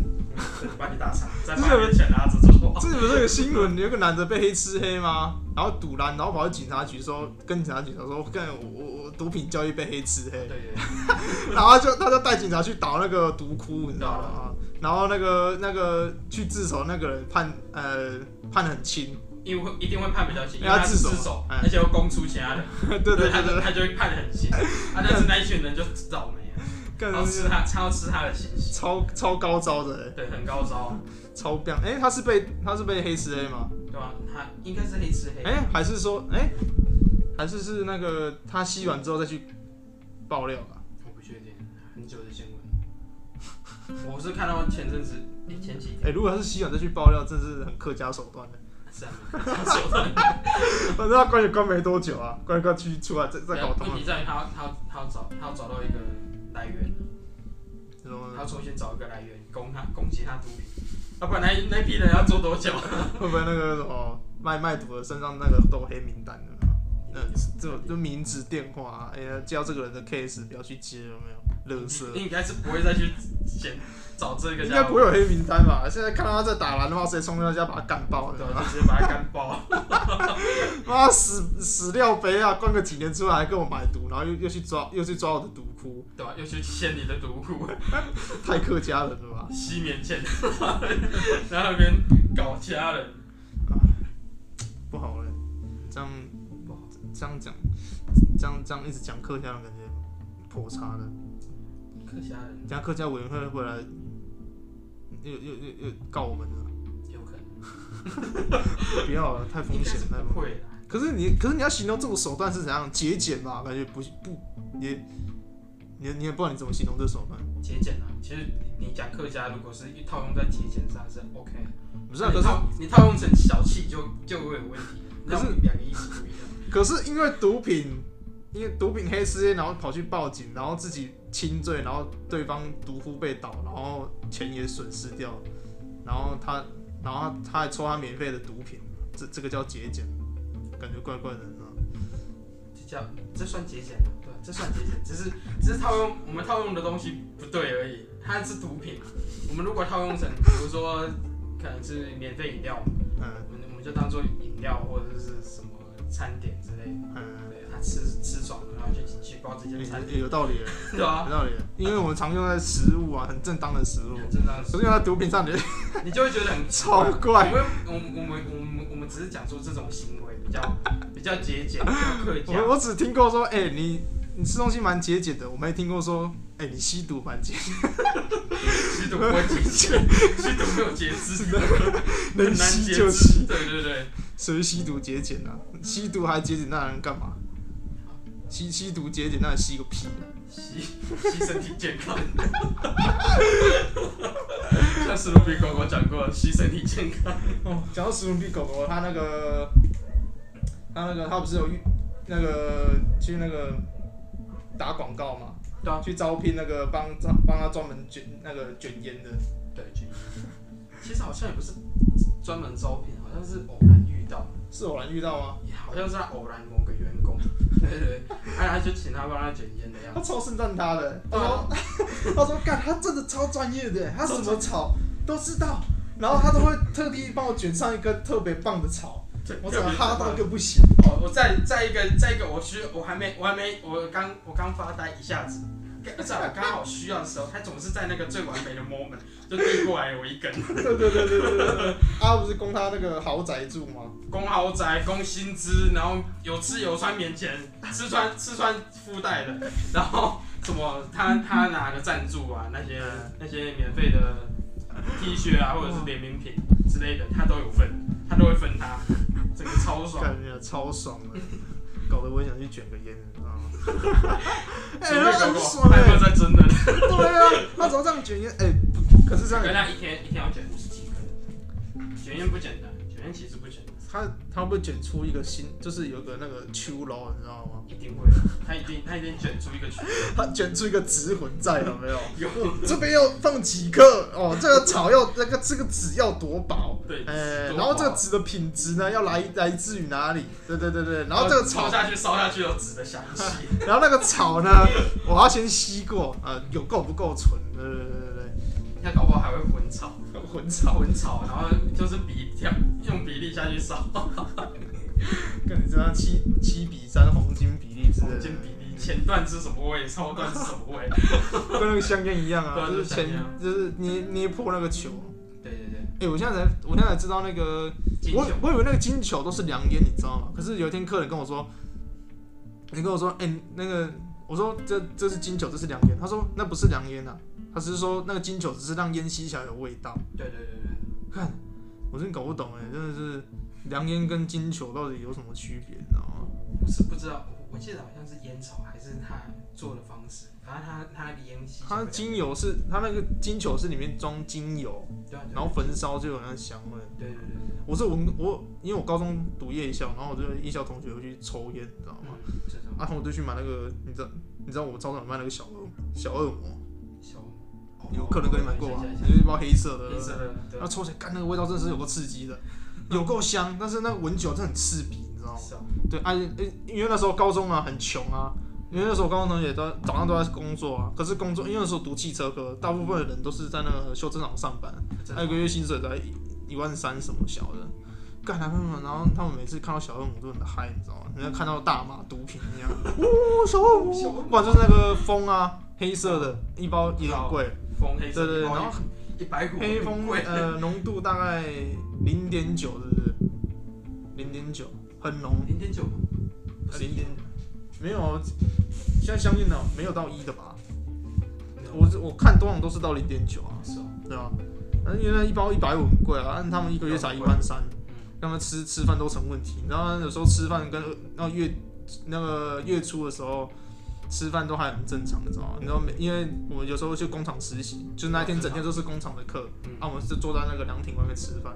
S2: 把你
S1: <laughs>
S2: 打残，再把你的钱拿着走。
S1: 这不是有个新闻，有个男的被黑吃黑吗？然后堵拦，然后跑去警察局说，跟警察局说，干我我我毒品交易被黑吃黑
S2: 对，对，
S1: 然后就他就带警察去打那个毒窟，你知道吗？然后那个那个去自首那个人判呃判得很轻， <laughs>
S2: 因为一定会判比较轻，因
S1: 因为
S2: 为
S1: 他
S2: 他
S1: 自首
S2: 自首，
S1: 哎
S2: 而且又供出其他人，
S1: 对对对
S2: 他就
S1: 对，
S2: 他就会判得
S1: <laughs>
S2: 很轻。啊，但是那一群人就倒霉啊，
S1: 干
S2: 要吃他，他要吃他的信息，
S1: 超超高招的欸，
S2: 对，很高招啊，
S1: 超棒！哎，他是被他是被黑吃黑吗？
S2: 对吧？他应该是黑吃黑，
S1: 哎，还是说哎，还是是那个他吸完之后再去爆料啊？
S2: 我不确定，很久的新闻。 <laughs> 我是看到前阵子，哎前几
S1: 哎，如果他是吸完再去爆料，真是很客家手段的。
S2: 是啊，没有说的
S1: 反正他关于关没多久啊，关于关去出来再再搞
S2: 问
S1: 通啊了
S2: 题在于他要他要他要找他要找到一个来源，
S1: 你知道
S2: 他
S1: 吗
S2: 要重新找一个来源供他供给他毒品，要、不然那那批人要做多久？
S1: 会不会那个什么卖卖毒的身上那个都有黑名单的啊？那这种就名字、电话、啊，哎、呀，接到这个人的 case 不要去接，有没有？乐色，
S2: 应该是不会再去捡找这个
S1: 应
S2: 家
S1: 该
S2: 伙，
S1: 不会有黑名单吧？现在看到他在打篮的话，谁冲到家把他干爆
S2: 对，
S1: 了？
S2: 就直接把他干爆。
S1: 妈死死料杯啊！关个几年出来还跟我买毒，然后又又去抓又去抓我的毒窟，
S2: 对吧、又去掀你的毒库，
S1: 太客家人了吧？
S2: 吸棉签，然后那边搞家人，
S1: 不好嘞，这样
S2: 不好
S1: 这样讲，这样这样一直讲客家人感觉颇差的。
S2: 客家人
S1: 等下客家委员会会来又又又又告我们了。
S2: 有可能，
S1: 不要了，太
S2: 应
S1: 风
S2: 该
S1: 险
S2: 是
S1: 了。太风
S2: 不会啦。
S1: 可是你，可是你要形容这种手段是怎样节俭吧？感觉不不，你你你也不知道你怎么形容这手段。
S2: 节俭啊，其实你讲客家，如果是一套用在节俭上是 OK 的。
S1: 不是、啊，可
S2: 你
S1: 是
S2: 套你套用成小气就就会有问题，
S1: 可是
S2: 那我们两个意思不一样。
S1: 可是因为毒品，因为毒品黑事件，然后跑去报警，然后自己亲罪，然后对方毒夫被倒，然后钱也损失掉，然后他然后他还抽他免费的毒品，这这个叫节俭，感觉怪怪的呢。
S2: 这叫这算节俭吗？对，啊这算节俭，只是只是套用我们套用的东西不对而已。它是毒品，我们如果套用成，比如说可能是免费饮料，
S1: 嗯
S2: 我们我们就当做饮料或者是什么餐点之类的。
S1: 嗯，
S2: 对，他吃吃爽了，然后就举报这些餐
S1: 也
S2: 点，
S1: 也有道理了，
S2: 对啊，
S1: 有道理了，因为我们常用在食物啊，很正当的食物。
S2: 很正常的
S1: 可
S2: 事，
S1: 是用在毒品上，你
S2: 你就会觉得很
S1: 超
S2: 我
S1: 怪。 <laughs>
S2: 们我们我们我们我们只是讲说这种行为比较比较节俭，比较客
S1: 我
S2: 家。
S1: 我只听过说，哎、你你吃东西蛮节俭的，我没听过说，哎、你吸毒蛮节俭，
S2: 吸毒不会节制，吸毒没有节制，
S1: 能
S2: 很
S1: <laughs>
S2: 难
S1: 吸
S2: 节
S1: 就
S2: 制。
S1: 吸，
S2: 对对对，
S1: 谁吸毒节俭啊？吸毒还节俭，那人干嘛？吸吸毒节俭，那人吸个屁！啊
S2: 吸吸身体健康。像史努比狗狗讲过，吸身体健康。
S1: 哦，讲到史努比狗狗，他那个他那个他不是有遇那个去那个打广告嘛？
S2: 对啊
S1: 去招聘那个帮帮他专门卷那个卷烟的，
S2: 对，就其实好像也不是专门招聘，好像是偶然遇到，
S1: 是偶然遇到吗？
S2: 也好像是他偶然某个员工，对对对，哎，他就请他帮他卷烟的样
S1: 他
S2: 子。
S1: 超盛赞他的，他
S2: 对啊
S1: 说 <laughs> 他说干，他真的超专业的，他什么草都知道，然后他都会特地帮我卷上一根特别棒的草，
S2: 对
S1: 我整个
S2: 特别
S1: 哈
S2: 棒
S1: 到就不行。
S2: 我我再再一个再一个，我需我还没我还没我刚我刚发呆一下子，刚正好刚好需要的时候，他总是在那个最完美的 moment 就递过来我一
S1: <laughs>
S2: 根，
S1: 对对对对对对对对，他不是供他那个豪宅住 <laughs> 吗？
S2: 供豪宅供薪资，然后有吃有穿棉钱，吃穿吃穿附带的，然后什么他他拿的赞助啊那些那些免费的 T 恤啊或者是联名品之类的，他都有分，他都会分他，整个超爽。
S1: 感觉超爽的，搞得我也想去卷个烟，你知道吗？ <laughs> 哎、
S2: 准备
S1: 那
S2: 狗
S1: 很
S2: 狗
S1: 爽
S2: 还
S1: 哎、
S2: 没有在真的，
S1: 对啊，他怎么这样卷烟？哎、可是这样
S2: 原来一天一天要卷五十几根，卷烟不简单，卷烟其实不简单，
S1: 他他会不会卷出一个新，就是有个那个秋楼，你知道吗？ <laughs>
S2: 一定会的，他一定他一定卷出一个曲，
S1: 他卷出一个直魂在，有没有？
S2: 有
S1: 这边要放几克哦，这个草要那个这个纸要多薄，
S2: 对，
S1: 呃，
S2: 多
S1: 然后这个
S2: 薄
S1: 纸的品质呢要来来自于哪里？对对对对，然后这个
S2: 炒 <laughs>
S1: 草，
S2: 下去烧下去有纸的香气，
S1: 然后那个草呢，我要先吸过，呃，有够不够纯？对对对对
S2: 他搞不好还会混炒，
S1: 对，混草，
S2: 混炒，然后就是比这样用比例下去烧，
S1: 跟你这样七七比三黄金比例之类
S2: 中间
S1: 的，
S2: 比例，前段是什么味，后段是什么味，
S1: 跟那个香烟一样啊，
S2: 对
S1: 就是
S2: 就是香烟
S1: 前
S2: 啊
S1: 就是捏捏破那个球。
S2: 对对对，
S1: 哎、我现在才我现在才知道那个
S2: 金
S1: 我
S2: 酒
S1: 我以为那个金球都是凉烟，你知道吗？可是有一天客人跟我说，你跟我说，哎、那个，我说这这是金球，这是凉烟。他说那不是凉烟啊，他只是说那个金球只是让烟吸起来有味道。
S2: 对对对对，
S1: 看，我真搞不懂哎、真的是凉烟跟金球到底有什么区别，你知道吗？
S2: 我是不知道，我我记得好像是烟草还是他做的方式，反正他他那个烟吸
S1: 它
S2: 香
S1: 的
S2: 味
S1: 精油是它那个金球是里面装精油，
S2: 对啊，对啊
S1: 然后焚烧就有那香味。
S2: 对对对对，
S1: 我是闻我，因为我高中读夜校，然后我就夜校同学会去抽烟，你知道吗？
S2: 嗯，这种
S1: 啊，我就去买那个，你知道，你知道我们操场有卖那个小恶小恶魔，
S2: 小，哦
S1: 有客人跟你买过
S2: 吧
S1: 吧？？啊就是一包黑色的，
S2: 黑色的，对
S1: 然后，抽起来，干那个味道真的是有够刺激的，有够香，但是那个闻久真的很刺鼻，你知道吗？
S2: 是啊
S1: 对，啊，因为那时候高中啊很穷啊，因为那时候高中同学都早上都在工作啊，可是工作因为那时候读汽车科，大部分的人都是在那个修车厂上班，
S2: 真
S1: 还
S2: 的
S1: 有个月薪水才一万三什么小的。干他们，然后他们每次看到小恶魔都很嗨，你知道吗？人家看到大麻毒品一样，哦，小恶
S2: 小恶
S1: 魔，
S2: 魔
S1: 不然就是那个风啊，黑色的，一包也很贵，
S2: 风黑
S1: 对对
S2: 色的，
S1: 对，
S2: 然
S1: 然
S2: 后
S1: 后
S2: 一百股
S1: 黑风
S2: 贵，
S1: 呃浓度大概零点九，是不是？零点九，很浓，
S2: 零点九吗？不是
S1: 零点没有，现在相信的没有到一的吧？
S2: 没有
S1: 我我看通常都是到零点九啊，
S2: 是哦
S1: 对吧、啊？那因为那一包一百五很贵啊，按他们一个月才一万三，
S2: 嗯，
S1: 他们吃吃饭都成问题。然后有时候吃饭跟那月那个月初的时候吃饭都还很正常，你知道吗？你知道每因为我有时候去工厂实习，就是那一天整天都是工厂的课，
S2: 嗯
S1: 啊，我们是坐在那个凉亭外面吃饭。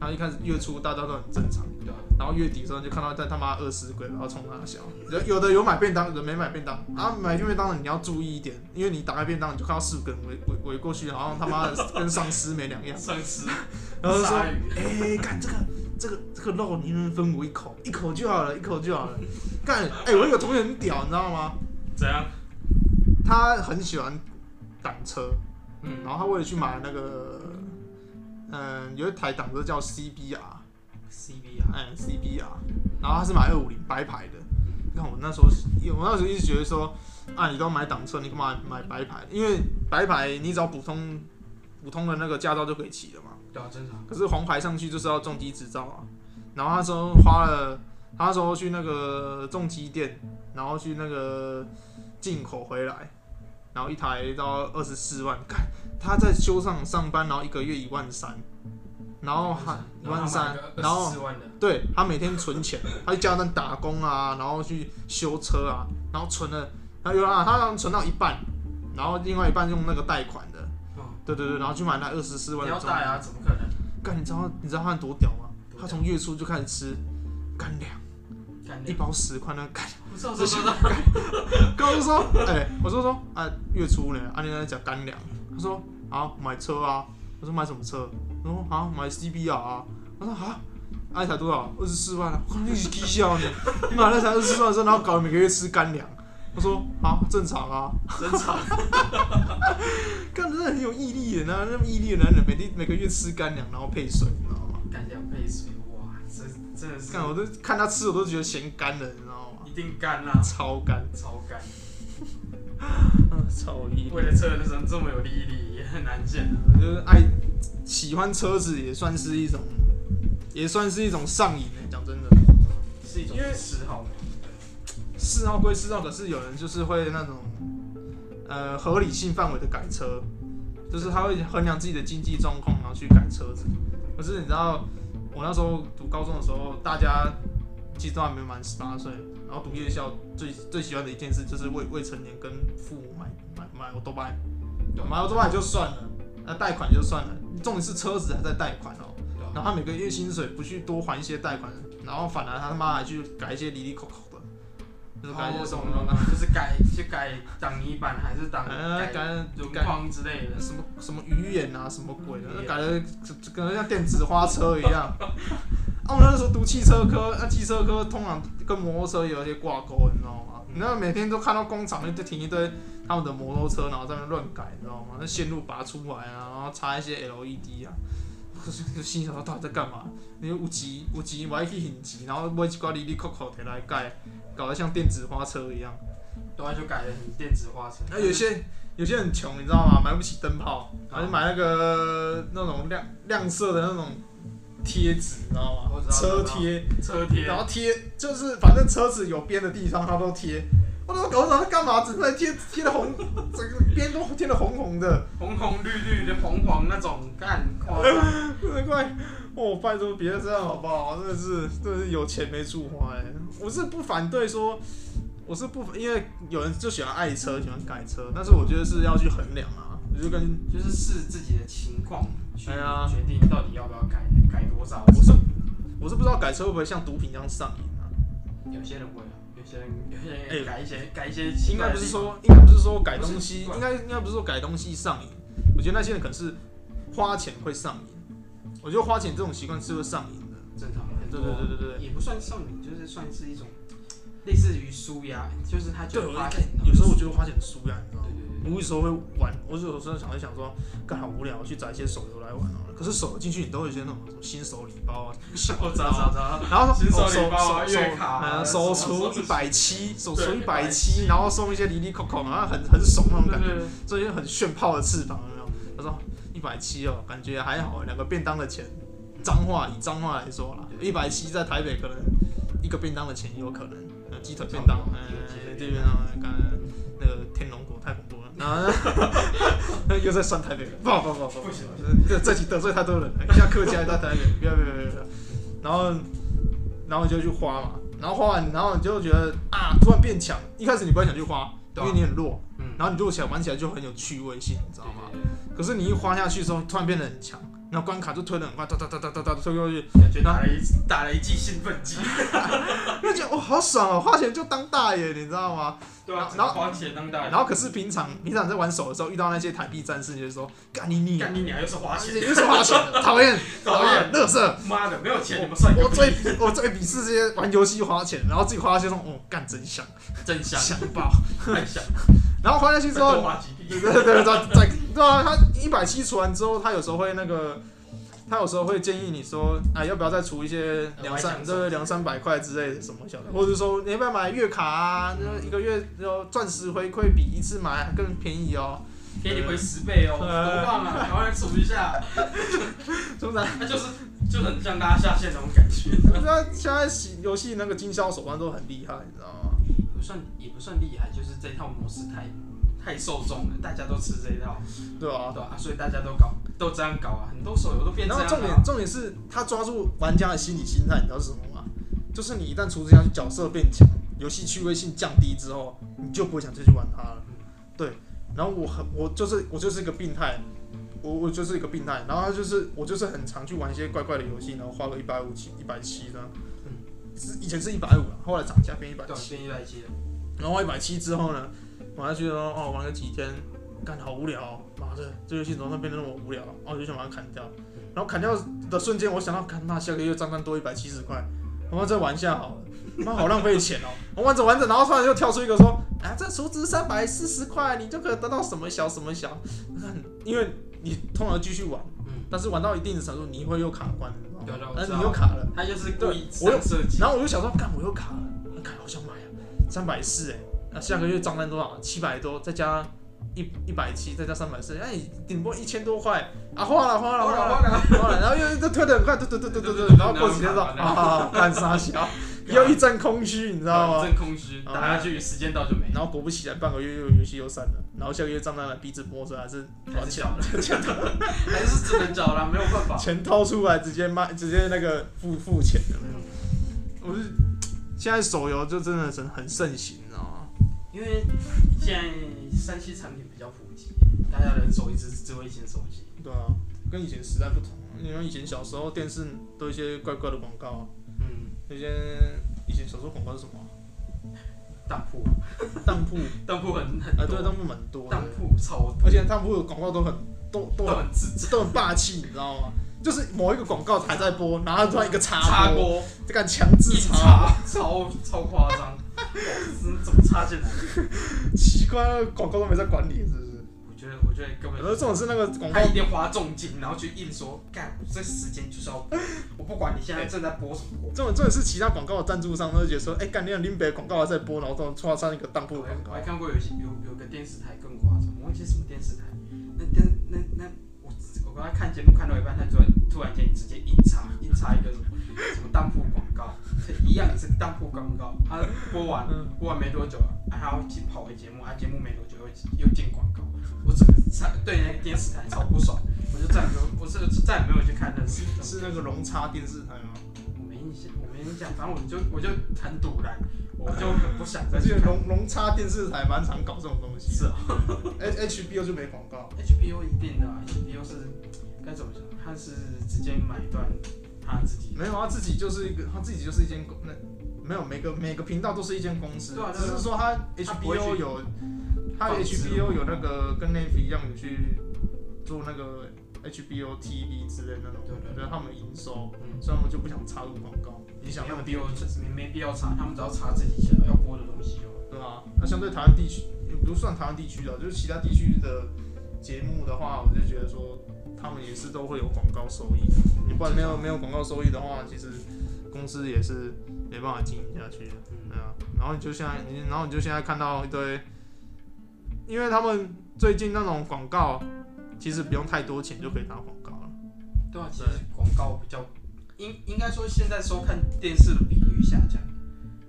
S1: 然后一开始月初大家都很正常，
S2: 对啊，
S1: 然后月底的时候就看到在他妈饿死鬼，然后冲他笑。有有的有买便当，有的没买便当。啊，买便当的你要注意一点，因为你打开便当，你就看到四五个人围围围过去，然后他妈的跟丧尸没两
S2: <laughs>
S1: 样。
S2: 丧尸，
S1: 然后就说
S2: 鲨鱼，：“
S1: 哎、干这个这个这个肉，你能不能分我一口？一口就好了，一口就好了。” <laughs> 干，哎、我有个同学很屌，你知道吗？
S2: 怎样？
S1: 他很喜欢挡车，
S2: 嗯，
S1: 然后他为了去买那个，嗯，有一台挡车叫 CBR。
S2: CB 啊，
S1: 嗯 CBR，然后他是买二五零白牌的。你看我那时候是，我那时候一直觉得说，啊，你都买挡车，你干嘛买白牌？因为白牌你只要普通普通的那个驾照就可以骑了嘛。
S2: 对啊，正常，
S1: 可是黄牌上去就是要重机执照啊。然后那时候花了，他那时候去那个重机店，然后去那个进口回来，然后一台到二十四万，看他在修上上班，然后一个月一万三，然后还一万三，然后
S2: 四万的，
S1: 对他每天存钱，他去加班打工啊，然后去修车啊，然后存了，他有啊，他好像存到一半，然后另外一半用那个贷款的，
S2: 嗯，
S1: 对对对，然后去买那二十四万
S2: 你
S1: 的
S2: 要
S1: 中
S2: 带啊，怎么可能？
S1: 干，你知道你知道他多屌吗？
S2: 多屌
S1: 他从月初就开始吃干粮，
S2: 干
S1: 一
S2: 掉，
S1: 包十块那个干粮。
S2: 不是不是不是，
S1: 跟我就说，哎、我就说啊，月初呢，阿、啊、你在讲干粮，他说啊买车啊，我说买什么车？他说啊买 CBR 啊，我说啊。那、台多少？二十四万啊！我说你是笑你，你买那台二十四万的车，然后搞得每个月吃干粮。他说啊，正常啊，
S2: 正
S1: <laughs>
S2: 常，
S1: 干真的很有毅力的那那么毅力的男人，每天每个月吃干粮，然后配水，你知道吗？
S2: 干掉配水，哇，这真的是
S1: 干，我都看他吃，我都觉得嫌干了，你知道吗？
S2: 一定干啦，
S1: 超干，
S2: 超干。
S1: 超毅
S2: 为了车的人这么有毅力，也很难见啊。
S1: 就是爱喜欢车子也算是一种，也算是一种上瘾欸讲真的，
S2: 是一种
S1: 因为
S2: 嗜好嘛。
S1: 嗜好归嗜好，可是有人就是会那种呃合理性范围的改车，就是他会衡量自己的经济状况，然后去改车子。可是你知道，我那时候读高中的时候，大家其实都还没满十八岁，然后读夜校最最喜欢的一件事就是未未成年跟父母买买买欧多拜，买欧多拜就算了，那贷款就算了，重点是车子还在贷款哦。
S2: 对啊
S1: 然后他每个月薪水不去多还一些贷款，然后反而他他妈还去改一些离离口口的，就是改一些什么
S2: 哦就是改去改挡泥板还是挡
S1: 呃
S2: 改
S1: 改
S2: 轮
S1: 改
S2: 框之类的。
S1: 什么什么鱼眼啊什么鬼的，改的可能像电子花车一样。 <laughs> 啊，我那时候读汽车科，那、汽车科通常跟摩托车有一些挂钩，你知道吗？你那每天都看到工厂就停一堆他们的摩托车，然后在那边乱改，你知道吗？那线路拔出来啊，然后插一些 LED 啊。 <laughs> 我就心想说到底在干嘛？你有钱有钱，我还去很钱，然后买一挂里里扣扣的来改，搞得像电子花车一样。
S2: 对啊，就改的很电子化成。
S1: 那有些有些很穷，你知道吗？买不起灯泡，然后就买那个那种亮亮色的那种贴纸，你知道吗
S2: 我知？道
S1: 车
S2: 我知道
S1: 贴，
S2: 车贴，
S1: 然后贴就是反正车子有边的地方它都贴。我都搞不懂他干嘛，只是贴贴的红，整个边都贴的红红的，
S2: 红红绿绿的红黄那种，干夸张。
S1: 真的快！哦，拜托别欸这样好不好？真的是，真的是有钱没处花哎、我是不反对说，我是不，因为有人就喜欢爱车，喜欢改车，但是我觉得是要去衡量啊，我就跟
S2: 就是视自己的情况去
S1: 哎呀
S2: 决定到底要不要改，改多少。
S1: 我是我是不知道改车会不会像毒品一样上瘾啊，
S2: 有些人会啊，有些人有些
S1: 哎
S2: 人改一些、改一些奇
S1: 应
S2: 怪
S1: 该
S2: 的
S1: 不是
S2: 地方
S1: 说应该不是说改东西，
S2: 不是
S1: 应该应该不是说改东西上瘾，我觉得那些人可能是花钱会上瘾，我觉得花钱这种习惯是会上瘾的，
S2: 正常很
S1: 对
S2: 多，
S1: 对对对对。
S2: 也不算上瘾，就是算是一种类似于舒压，就是他
S1: 对，
S2: 就
S1: 我
S2: 花
S1: 就
S2: 钱
S1: 看，有时候我觉得花钱很舒压，你知道吗
S2: 对？对对
S1: 我有时候会玩，我有时候想会想说，干好无聊，去找一些手游来玩好了。可是手游进去，你都会有一些那种什么新手礼包啊，小
S2: 对，我
S1: 的
S2: 找
S1: 啊
S2: 找找，
S1: 然后
S2: 新
S1: 说
S2: 手
S1: 哦手
S2: 礼包啊
S1: 手
S2: 月卡啊
S1: 呃
S2: 什
S1: 手
S2: 么什么
S1: 出
S2: 什
S1: 一
S2: 么
S1: 百七，手出
S2: 对
S1: 一百七，然后送一些离离扣扣，然后很很爽那种
S2: 对
S1: 感觉，
S2: 对对，
S1: 这些很炫炮的翅膀有没有？他说一百七哦，感觉还好，两个便当的钱。脏话以脏话来说啦，一百七在台北可能一个便当的钱也有可能，呃，鸡腿便当，
S2: 一个鸡腿
S1: 呃，
S2: 便当
S1: 这边啊，刚那个天龙果太恐怖了，然后又在算台北人，不好不好不好不好
S2: 不行不
S1: 这这集得罪太多人了，一下客家一下台北，不要不要不要不要，然后然后你就去花嘛，然后花完，然后你就觉得啊，突然变强，一开始你不会想去花，因
S2: 对啊
S1: 为你很弱，
S2: 嗯，
S1: 然后你弱起来玩起来就很有趣味性，你知
S2: 对
S1: 道吗？
S2: 对
S1: 可是你一花下去之后，突然变得很强，然后关卡就推得很快，哒哒哒哒哒哒推过去，
S2: 对感觉打了一打了一剂兴奋剂，
S1: 就觉得哦好爽哦，花钱就当大爷，你知道吗？
S2: 对啊，
S1: 然后
S2: 花钱当大人，
S1: 然后可是平常平常在玩手的时候，遇到那些台币战士，你就说干你你，
S2: 干你娘又是花钱，
S1: 又是花钱，讨厌
S2: 讨厌，
S1: 乐色。
S2: 妈的，没有钱你们算个
S1: 我最
S2: 屁，
S1: 我最鄙视这些玩游戏花钱，然后自己花下去说哦干真香，
S2: 真香，
S1: 香爆。
S2: 太香，
S1: 然后花下去之
S2: 再多
S1: 后，
S2: 花几
S1: 对
S2: 滴，
S1: 对对，再再对啊，他一百七除完之后，他有时候会那个，他有时候会建议你说，啊，要不要再除一些两三，对两三百块之类的什么小的，或者说你要不要买月卡啊，那一个月有钻石回馈比一次买更便宜哦，
S2: 给你回十倍哦，
S1: 呃
S2: 多棒啊，赶快数一下，
S1: 是不是？
S2: 那就是就很像拉下线那种感觉。
S1: 你知道现在游戏那个经销手段都很厉害，你知道吗？
S2: 不算也不算厉害，就是这套模式太太受众了，大家都吃这一套，
S1: 对啊，
S2: 对啊，所以大家都搞都这样搞啊，很多手游都变这
S1: 然后
S2: 样
S1: 重
S2: 了、
S1: 点重点是他抓住玩家的心理心态，你知道是什么吗？就是你一旦出这样角色变强，游戏趣味性降低之后，你就不会想再去玩它了。对，然后我很我就是我就是一个病态，我我就是一个病态，然后他就是我就是很常去玩一些怪怪的游戏，然后花个一百五七一百七的，是以前是一百五，后来涨价变一百
S2: 嗯对啊
S1: 七，
S2: 变一百七了，
S1: 然后一百七之后呢，玩下去然后哦玩个几天，干好无聊、哦，妈的，这游戏怎么会变得那么无聊？哦，我就想把它砍掉。然后砍掉的瞬间，我想到，看那下个月账单多一百七十块，他妈再玩一下好了，妈好浪费钱哦。我玩着玩着，然后突然又跳出一个说，啊，这储值三百四十块，你就可以得到什么小什么小，看，因为你通常继续玩，
S2: 嗯，
S1: 但是玩到一定的程度，你会又卡关，你知道吗
S2: 对对我
S1: 但是
S2: 知道
S1: 你又卡了。
S2: 他就是故意
S1: 对我有
S2: 上设计，
S1: 然后我就想说，干，我又卡了，那卡好想买啊，三百四哎，那下个月账单多少？七百多，再加一一百七，再加三百四，哎，顶多一千多块啊，花了花了花了
S2: 了，
S1: 花了，然后又又推得很快，对对对对对对，然后过几天说啊，干啥小，又一阵空虚，你
S2: 你
S1: 知道吗？
S2: 真空虚，打下去时间到就没，
S1: 然后果不其然，半个月又游戏又删了，然后下个月账单来逼直播时还是把
S2: 还是
S1: 钱
S2: 缴了，还是只能缴了，没有办法。
S1: 钱掏出来直接卖，直接那个付付钱的那种。我是现在手游就真的很很盛行，你知道吗？
S2: 因为现在三 C 产品比较普及，大家人手一只智慧型手机，
S1: 对啊，跟以前时代不同。你看以前小时候电视都有一些怪怪的广告啊，
S2: 嗯，
S1: 那些以前小时候广告是什么啊？
S2: 当铺，
S1: 当铺
S2: 当铺 <laughs> 很很
S1: 啊，
S2: 多，
S1: 对，当铺蛮多的
S2: 当，铺超多，
S1: 而且当铺的广告都很都都
S2: 都
S1: 很
S2: 很自制，
S1: 都很霸气，你知道吗？就是某一个广告还在播，然后突然一个
S2: 插
S1: 插播，
S2: 播。
S1: 这个强制
S2: 一
S1: 插，
S2: 插超超夸张，哇，这怎么插进来？
S1: 奇怪，那个广告都没在管理，是不是？
S2: 我觉得，我觉得根本
S1: 然后这种是那个广告
S2: 他一定花重金，然后去硬说，干，我这时间就是要播，我不管你现在正在播什么，
S1: 这种这种是其他广告的赞助商都会觉得说，哎、干你林北广告还在播，然后突然插上一个当铺
S2: 我
S1: 的
S2: 还
S1: 广告
S2: 我还，看过有些有有个电视台更夸张，我忘记什么电视台，那电那那我我刚才看节目看到一半，他突然突然间直接硬插硬插一个什么 <laughs> 什么当铺广告，一样也是当铺广告，他播完
S1: 嗯
S2: 播完没多久，啊他要去跑回节目，啊节目没多久又又进广告，我整个差对那个电视台超不爽，我就再也没有我是再也没有去看那视，
S1: 是那个龙叉电视台吗？
S2: 我没印象，我没没印象，反正我就我就很堵然，我就很不想再
S1: 而
S2: 去
S1: 且
S2: 看。
S1: 龙龙叉电视台蛮常搞这种东西，
S2: 是啊
S1: <laughs> H HBO 就没广告，
S2: HBO 一定的、啊、，HBO 是该怎么讲？它是直接买断它自己。
S1: 没有他自己就是一个，他自己就是一间公，那没有每个每个频道都是一间公司，
S2: 对啊对啊
S1: 只是说他
S2: 他不会
S1: HBO
S2: 去
S1: 有，他
S2: 放置
S1: HBO 有那个跟 Netflix 一样有去做那个 HBO TV 之类的那种，
S2: 对对对
S1: 觉得他们营收，
S2: 嗯，
S1: 所以他们就不想插入广告，影响
S2: 没
S1: 那
S2: 有
S1: 个
S2: 必
S1: 地
S2: 要，没没必要查，他们只要查自己想要播的东西就好。
S1: 对啊，那相对台湾地区，也不算台湾地区啊的，就是其他地区的节目的话，我就觉得说他们也是都会有广告收益的。你不然没有没有广告收益的话，其实公司也是没办法经营下去的，
S2: 嗯，
S1: 对啊。然后你就现在，你然后你就现在看到一堆，因为他们最近那种广告，其实不用太多钱就可以打广告了。
S2: 对啊，其实广告比较，应应该说现在收看电视的比率下降。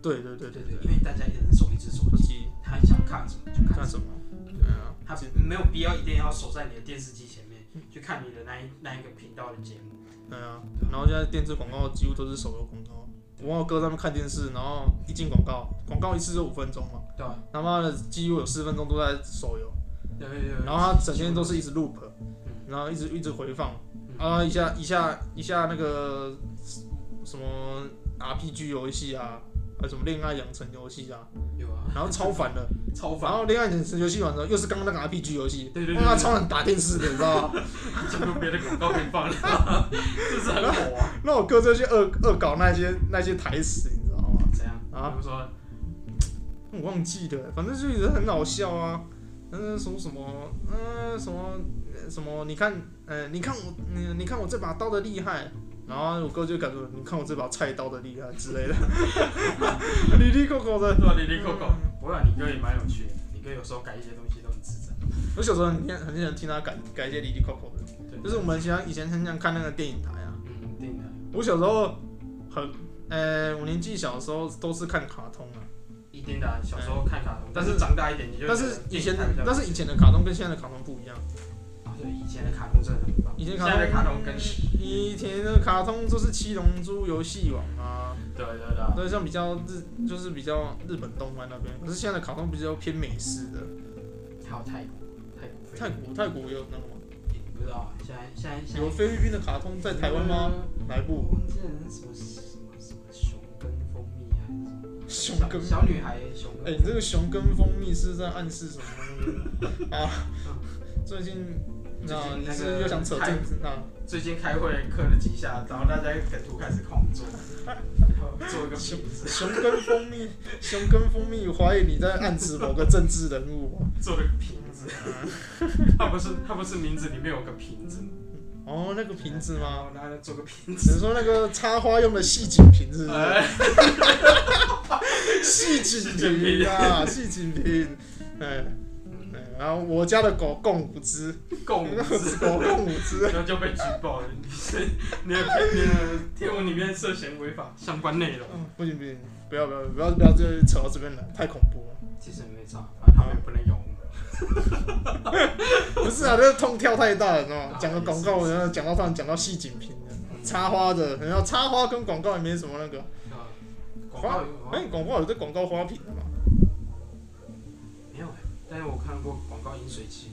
S1: 对对对对
S2: 对对
S1: 对
S2: 对，因为大家一人手一只手
S1: 手
S2: 机，
S1: 机
S2: 他想看什么就看
S1: 干
S2: 什么，
S1: 什么？对啊，
S2: 他没有必要一定要守在你的电视机前面去看你的那一那一个频道的节目。
S1: 对啊，然后现在电视广告几乎都是手游广告。我跟我哥他们看电视，然后一进广告，广告一次就五分钟嘛，
S2: 对啊，
S1: 他妈的几乎有四分钟都在手游，
S2: 对对对。
S1: 然后他整天都是一直 loop，
S2: 嗯
S1: 然后一直一直回放，啊一下一下一下那个什么 RPG 游戏啊，还有什么恋爱养成游戏啊，
S2: 有啊，
S1: 然后超烦的，
S2: <laughs> 超
S1: 然
S2: 烦，
S1: 后恋爱养成游戏完了又是刚刚那个 RPG 游戏，
S2: 对对对
S1: 哇超想打电视的，你知道吗？
S2: 就用别的广告可以放
S1: <laughs>
S2: 了，这是很火啊。
S1: 那我哥就去恶恶搞那些那些台词，你知道吗？
S2: 怎样？
S1: 啊
S2: 比如说，
S1: 我忘记了，反正就觉得很好笑啊。嗯、什么什么，嗯、什么呃什么，你看，呃，你看我，嗯、你看我这把刀的厉害。然后我哥就感觉，你看我这把菜刀的厉害之类的， <laughs> 里里扣扣的。
S2: 对啊，零零扣扣，
S1: 嗯
S2: 不过你哥也蛮有趣的，你哥有时候改一些东西都很智障。
S1: 我小时候很听很喜欢听他改改一些里里扣扣的，
S2: 对，
S1: 就是我们以前以前很想看那个电影台啊。
S2: 嗯，一定的。
S1: 我小时候很，呃，我年纪小的时候都是看卡通啊，
S2: 一定的啊、小时候看卡通，但是长大一点你就
S1: 但是以
S2: 以
S1: 前
S2: 前
S1: 但是以前的卡通跟现在的卡通不一样。
S2: 啊，对以前的卡通真的很棒，
S1: 以前
S2: 现
S1: 卡通
S2: 在的卡通跟对
S1: 以前的卡通就是《七龙珠》游戏王啊，
S2: 对对啊，
S1: 对，像比较日就是比较日本动漫那边，可是现在的卡通比较偏美式的，
S2: 还有泰国，泰国
S1: 泰国泰国也有那种吗？
S2: 不知道啊，现在现在现
S1: 有
S2: 在
S1: 菲律宾的卡通在台湾吗？？哪一部？
S2: 我们之前什么什么什么熊跟蜂蜜啊还是什么
S1: 熊跟
S2: 小小女孩熊
S1: 哎、
S2: 跟
S1: 你这个熊跟蜂蜜是在暗示什么东西啊？最近那你是不是又想扯政治啊？
S2: <laughs> 最近开会磕了几下，然后大家梗图开始狂 <laughs> 做，然后做一个瓶 <laughs> 子，
S1: 熊跟蜂蜜，熊跟蜂蜜，我怀疑你在暗指某个政治人物啊吗。
S2: 做了个瓶子，他不是他不是名字里面有个瓶子吗？
S1: 哦，那个瓶子吗？
S2: 然后做个瓶
S1: 只
S2: 子， <laughs>
S1: 能说那个插花用的细锦瓶是不是？
S2: 哎，
S1: 细锦瓶啊，细锦瓶。哎，哎然后我家的狗共五只，
S2: 共舞
S1: <laughs>
S2: 姿。
S1: 狗共五只。
S2: 然后就被举报了。你是你的你的贴文里面涉嫌违法相关内容，
S1: 嗯，不行不行，不要不要不要不要，这扯到这边来，太恐怖了。
S2: 其实没差，反正他们也不能咬我们。
S1: 不是啊，这个痛跳太大了，你知
S2: 啊
S1: 道吗？讲个广告，然后讲到突然讲到细锦瓶的插花的，然后插花跟广告也没什么那个。
S2: 啊广告有哦
S1: 哎，广告有这广告花瓶的嘛？
S2: 没有哎？但是我看过广告饮水机，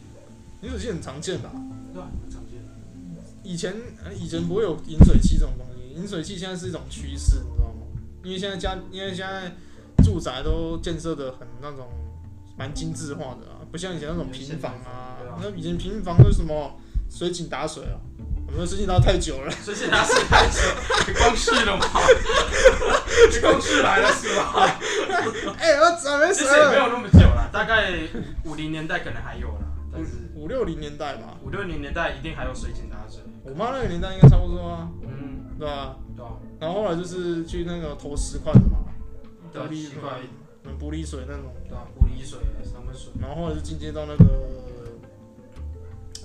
S1: 饮水机很常见吧？
S2: 对啊，蛮常见的。
S1: 以前呃以前不会有饮水器这种东西，饮水器现在是一种趋势，你知道吗？因为现在家，因为现在住宅都建设的很那种蛮精致化的啊，不像以前那种平房啊
S2: 对啊。
S1: 那以前平房都是什么水井打水啊，我们的水井打太久了， <laughs>
S2: 所以现在是开 <laughs> 始你公示了吗？ <laughs> 你公示来了是吧？
S1: 哎、我早没啊
S2: 其
S1: 死
S2: 实也没
S1: 了，
S2: 有那么久了，大概五零年代可能还有啦，但是
S1: 五六零年代吧，
S2: 五六零年代一定还有水井打水。
S1: 我妈那个年代应该差不多啊，
S2: 嗯，
S1: 对吧、
S2: 对啊，
S1: 然后后来就是去那个投石块的嘛，
S2: 对啊，
S1: 玻璃
S2: 奇怪，
S1: 嗯，玻璃水那种。
S2: 对啊，玻璃水、三温水。
S1: 然后后来就进阶到那个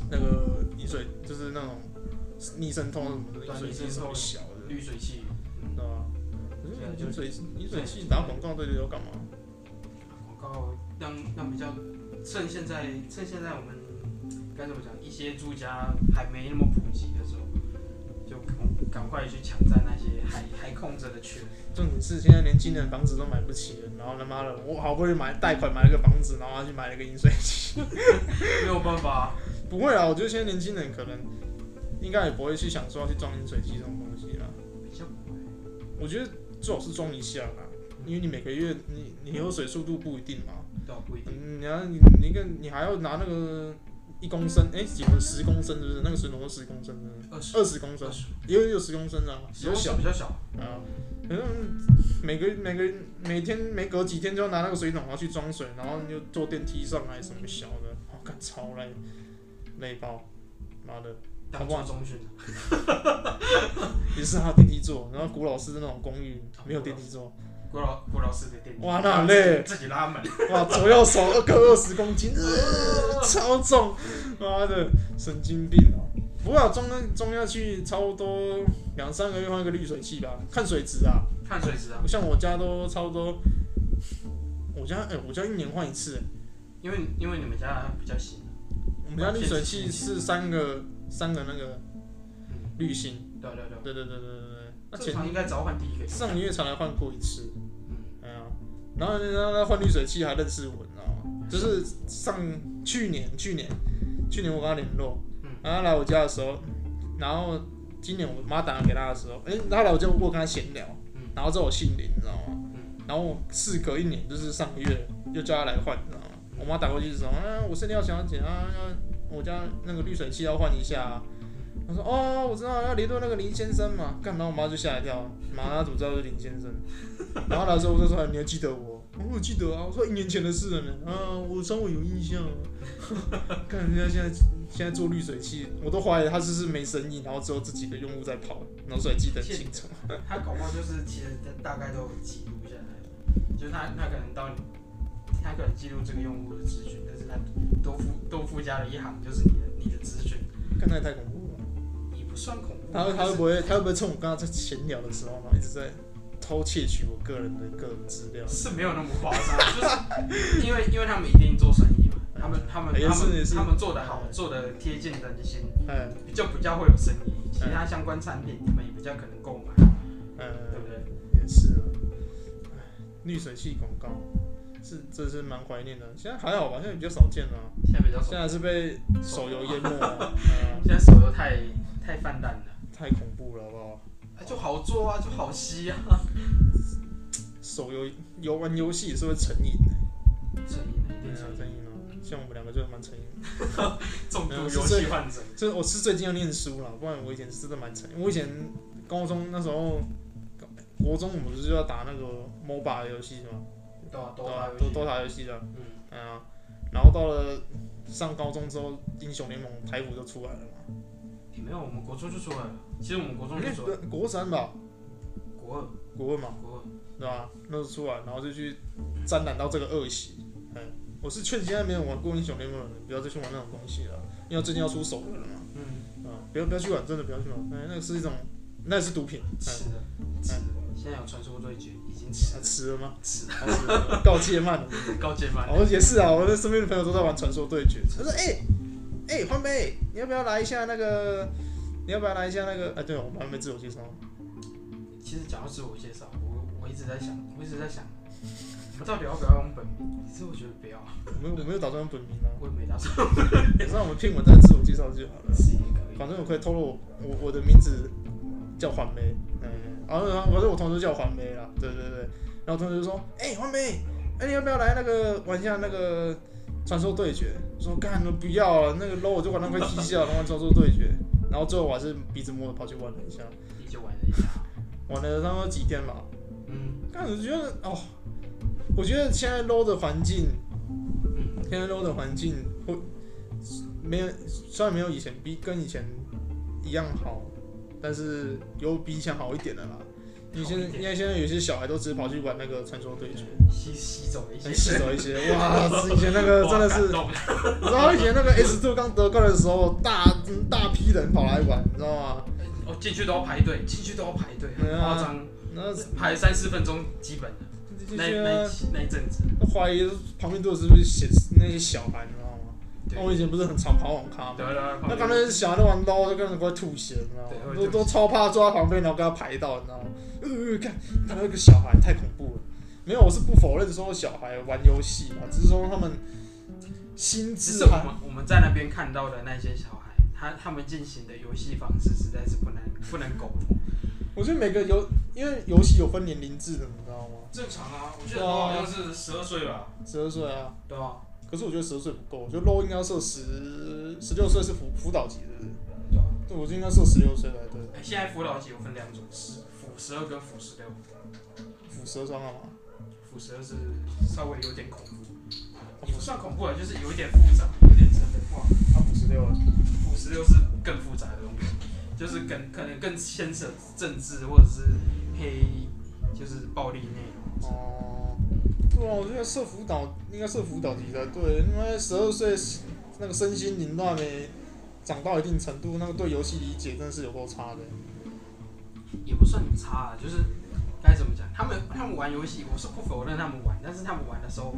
S1: 那个饮水，就是那种逆渗透什么的，
S2: 嗯对
S1: 饮水机
S2: 逆渗透
S1: 什么小的，
S2: 滤水器，嗯
S1: 对吧？
S2: 对啊
S1: 可
S2: 就是
S1: 饮水饮水器打广告对流感嘛，
S2: 广告让让比较趁现在趁现在我们该怎么讲，一些住家还没那么普及的时候，就赶赶快去抢占那些还还空着的缺。
S1: 重点是现在年轻人房子都买不起了，然后他妈的，我好不容易买贷款买了个房子，然后他去买了个饮水 <laughs> 机。
S2: 没有办法，
S1: 不会啊，我觉得现在年轻人可能应该也不会去想说要去装饮水机这种东西啦。
S2: 比较不会
S1: 我觉得最好是装一下啦，因为你每个月你你喝水速度不一定嘛，
S2: 对啊，不一定。
S1: 嗯，你要你你一个你还要拿那个一公升，哎、几公十公升是不是？那个水龙头十公升的，
S2: 二十
S1: 二十公升
S2: 二，十，
S1: 也有也有十公升啊，比较小
S2: 比较小，
S1: 啊。反正每个每个每天每隔几天就要拿那个水桶，然后去装水，然后你就坐电梯上来什么小的，我、看超累，累爆，妈的！
S2: 当做中训。
S1: 也是还有电梯座，然后古老师的那种公寓没有电梯座，
S2: 郭老郭老师的店，
S1: 哇那很累
S2: 自己拉
S1: <laughs>
S2: 门，
S1: 哇，左右手二各二十公斤，呃超重，妈的，神经病哦、不过装装下去差不多两三个月换一个滤水器吧，看水质啊。
S2: 看水质啊，
S1: 像我家都差不多，我家哎、我家一年换一次、哎
S2: 因为因为你们家比较新，
S1: 我们家滤水器是三个三个那个
S2: 嗯，
S1: 滤芯，
S2: 对对
S1: 对
S2: 对，
S1: 对对对对对，那
S2: 正
S1: 前
S2: 常应该只要换第一个，
S1: 上个月才来换过一次。
S2: 嗯，
S1: 哎呀，然后人家换滤水器还认识我，你知道吗？就是上去年，去年，去年我跟他联络，
S2: 嗯
S1: 然后他来我家的时候，然后今年我妈打电话给他的时候，哎、他来我家我跟他闲聊
S2: 嗯，
S1: 然后之后我姓林，你知道吗
S2: 嗯？
S1: 然后事隔一年，就是上个月又叫他来换，你知道吗？我妈打过去是说，啊，我是廖小姐啊，要我家那个滤水器要换一下、啊。我说哦，我知道要联络那个林先生嘛，干，然后我妈就吓一跳，妈，她怎么知道是林先生？然后那时候我就说你还记得我？我说我记得啊，我说一年前的事了呢。啊，我稍微有印象啊。 <laughs> 看人家现在现在做滤水器，我都怀疑他是不是没生意，然后只有自己的用户在跑，然后所以记得很清楚。
S2: 他搞不好就是其实大概都有记录下来，就是他他可能到你，他可能记录这个用户的资讯，但是他多附多附加了一行就是你的你的资讯，
S1: 看他也太恐怖了。
S2: 也不算恐怖，
S1: 他
S2: 啊
S1: 会他
S2: 就
S1: 会
S2: 是
S1: 不会他会不会趁我跟他在闲聊的时候，然后一直在偷窃取我个人的个人资料？
S2: 是没有那么夸 <laughs> 张，就是因为因为他们一定做生意嘛，他们他们
S1: 也
S2: 他
S1: 是也
S2: 们
S1: 是
S2: 他们做的好，做的贴近人心，
S1: 哎
S2: 就比较会有生意。其他相关产品你们也比较可能购买，对
S1: 呃，
S2: 不对？
S1: 也是啊。哎滤水器广告是这是蛮怀念的，现在还好吧，现在比较少见了、啊
S2: 现在比较少
S1: 现，在是被手游淹没了、呃
S2: 现在手游太太泛滥了，
S1: 太恐怖了，好不好？
S2: 啊就好做啊，就好吸啊，
S1: 手游游玩游戏也是会成瘾的、
S2: 成瘾了，一
S1: 你
S2: 定
S1: 有
S2: 成瘾。
S1: 成瘾吗？像我们两个就是蛮成瘾的。
S2: 重度游戏患者，
S1: 就是我是最近要念书了，不然我以前是真的蛮成瘾。我以前高中那时候，国中我们不是就要打那个 MOBA 游戏嘛，
S2: 对啊，
S1: 对
S2: 多发
S1: 吧
S2: 游？
S1: 都
S2: 戏，
S1: 都打游戏的，
S2: 嗯，
S1: 哎呀，然后到了上高中之后，英雄联盟台服就出来了嘛。
S2: 没有，我们国中就说了，其实我们国中就
S1: 哎
S2: 说
S1: 不国三吧，
S2: 国二，
S1: 国二嘛，
S2: 国二，
S1: 对吧？那时候出来，然后就去沾染到这个恶习。嗯，我是劝现在没有玩过英雄联盟的人，不要再去玩那种东西了，因为最近要出手游了嘛。
S2: 嗯，
S1: 啊，不要不要去玩，真的不要去玩，哎、那个是一种，那也是毒品，哎、
S2: 吃的，吃的，现在有传说对决，已经
S1: 啊
S2: 吃了，
S1: 吃了
S2: <laughs>
S1: 吗？
S2: 吃
S1: 好吃了告诫慢了。
S2: 高阶版。
S1: 我也是啊，我的身边的朋友都在玩传说对决，他说，哎、哎，欢、妹，你要不要来一下那个？你要不要来一下那个？哎、对，我们还没自我介绍，
S2: 其实讲到自我介绍，我我一直在想，我一直在想，我到底要不要用本名？其实我觉得不要，
S1: 我没有我没有打算用本名啊，
S2: 我也没打算，
S1: 也让我们骗我再自我介绍就好了。
S2: 自己也可以。
S1: 反正我可以透露我我我的名字叫环梅，嗯，然后然后反正我同事叫环梅啦，对对对，然后同事就说，哎、环梅，哎、你要不要来那个玩一下那个传说对决？我说干，不要啊了，那个 low 我就管他快踢笑，然后玩传说对决，然后最后我还是鼻子摸着跑去玩了一下，
S2: 你就玩了一下，
S1: 玩了差不多几天吧，
S2: 嗯
S1: 但我觉得哦，我觉得现在 low 的环境
S2: 嗯，
S1: 现在 low 的环境会没有，虽然没有以前比跟以前一样好，但是有比以前好一点的啦。你现在
S2: 好一点
S1: 因为现在有些小孩都只跑去玩那个传说对决，
S2: 吸吸走了一
S1: 能
S2: 些，
S1: 吸走一些。
S2: <laughs>
S1: 哇，以前那个真的是，
S2: 哇感动
S1: 你知道以前那个 S two 刚得冠的时候，大大批人跑来玩，你知道吗？
S2: 哦，进去都要排队，进去都要排队，很
S1: 对啊
S2: 夸张，
S1: 那
S2: 排三四分钟基本的，
S1: 这
S2: 那
S1: 些啊
S2: 那一期那一阵子，
S1: 都怀疑旁边都是不是写那些小孩，你知道吗？
S2: 对
S1: 我以前不是很常跑网咖吗？
S2: 对啊
S1: 那刚才小孩在玩刀，就跟人快吐血，你知道吗？
S2: 对
S1: 都
S2: 会吐血
S1: 都超怕抓旁边，然后跟他排到，你知道吗？呃，看看到一个小孩太恐怖了。没有，我是不否认说小孩玩游戏嘛，只是说他们心
S2: 只
S1: 智啊
S2: 是我
S1: 还
S2: 们我们在那边看到的那些小孩，他他们进行的游戏方式实在是不能不能苟同。
S1: 我觉得每个游，因为游戏有分年龄制的，你知道吗？
S3: 正常啊，我记得好像是十二岁吧，
S1: 十二岁啊，
S2: 对啊，
S1: 可是我觉得十二岁不够，我觉得 low 应该要设十十六岁是辅辅导级的，
S3: 对啊
S1: 对，我就应该设十六岁才对，
S2: 哎现在辅导级有分两种，十辅十二跟辅十六，
S1: 辅蛇伤了嘛，
S2: 辅十二是稍微有点恐怖，也不
S1: 啊
S2: 算恐怖啊，就是有一点复杂，有点真的话。
S1: 辅十六了，
S2: 辅十六是更复杂的东西，就是更可能更牵扯政治或者是黑，就是暴力内容。
S1: 哦、对啊，我觉得设辅导应该设辅导级才对，因为十二岁那个身心灵都还没长到一定程度，那个对游戏理解真的是有够差的，
S2: 也不算很差啊，就是该怎么讲，他们他们玩游戏，我是不否认他们玩，但是他们玩的时候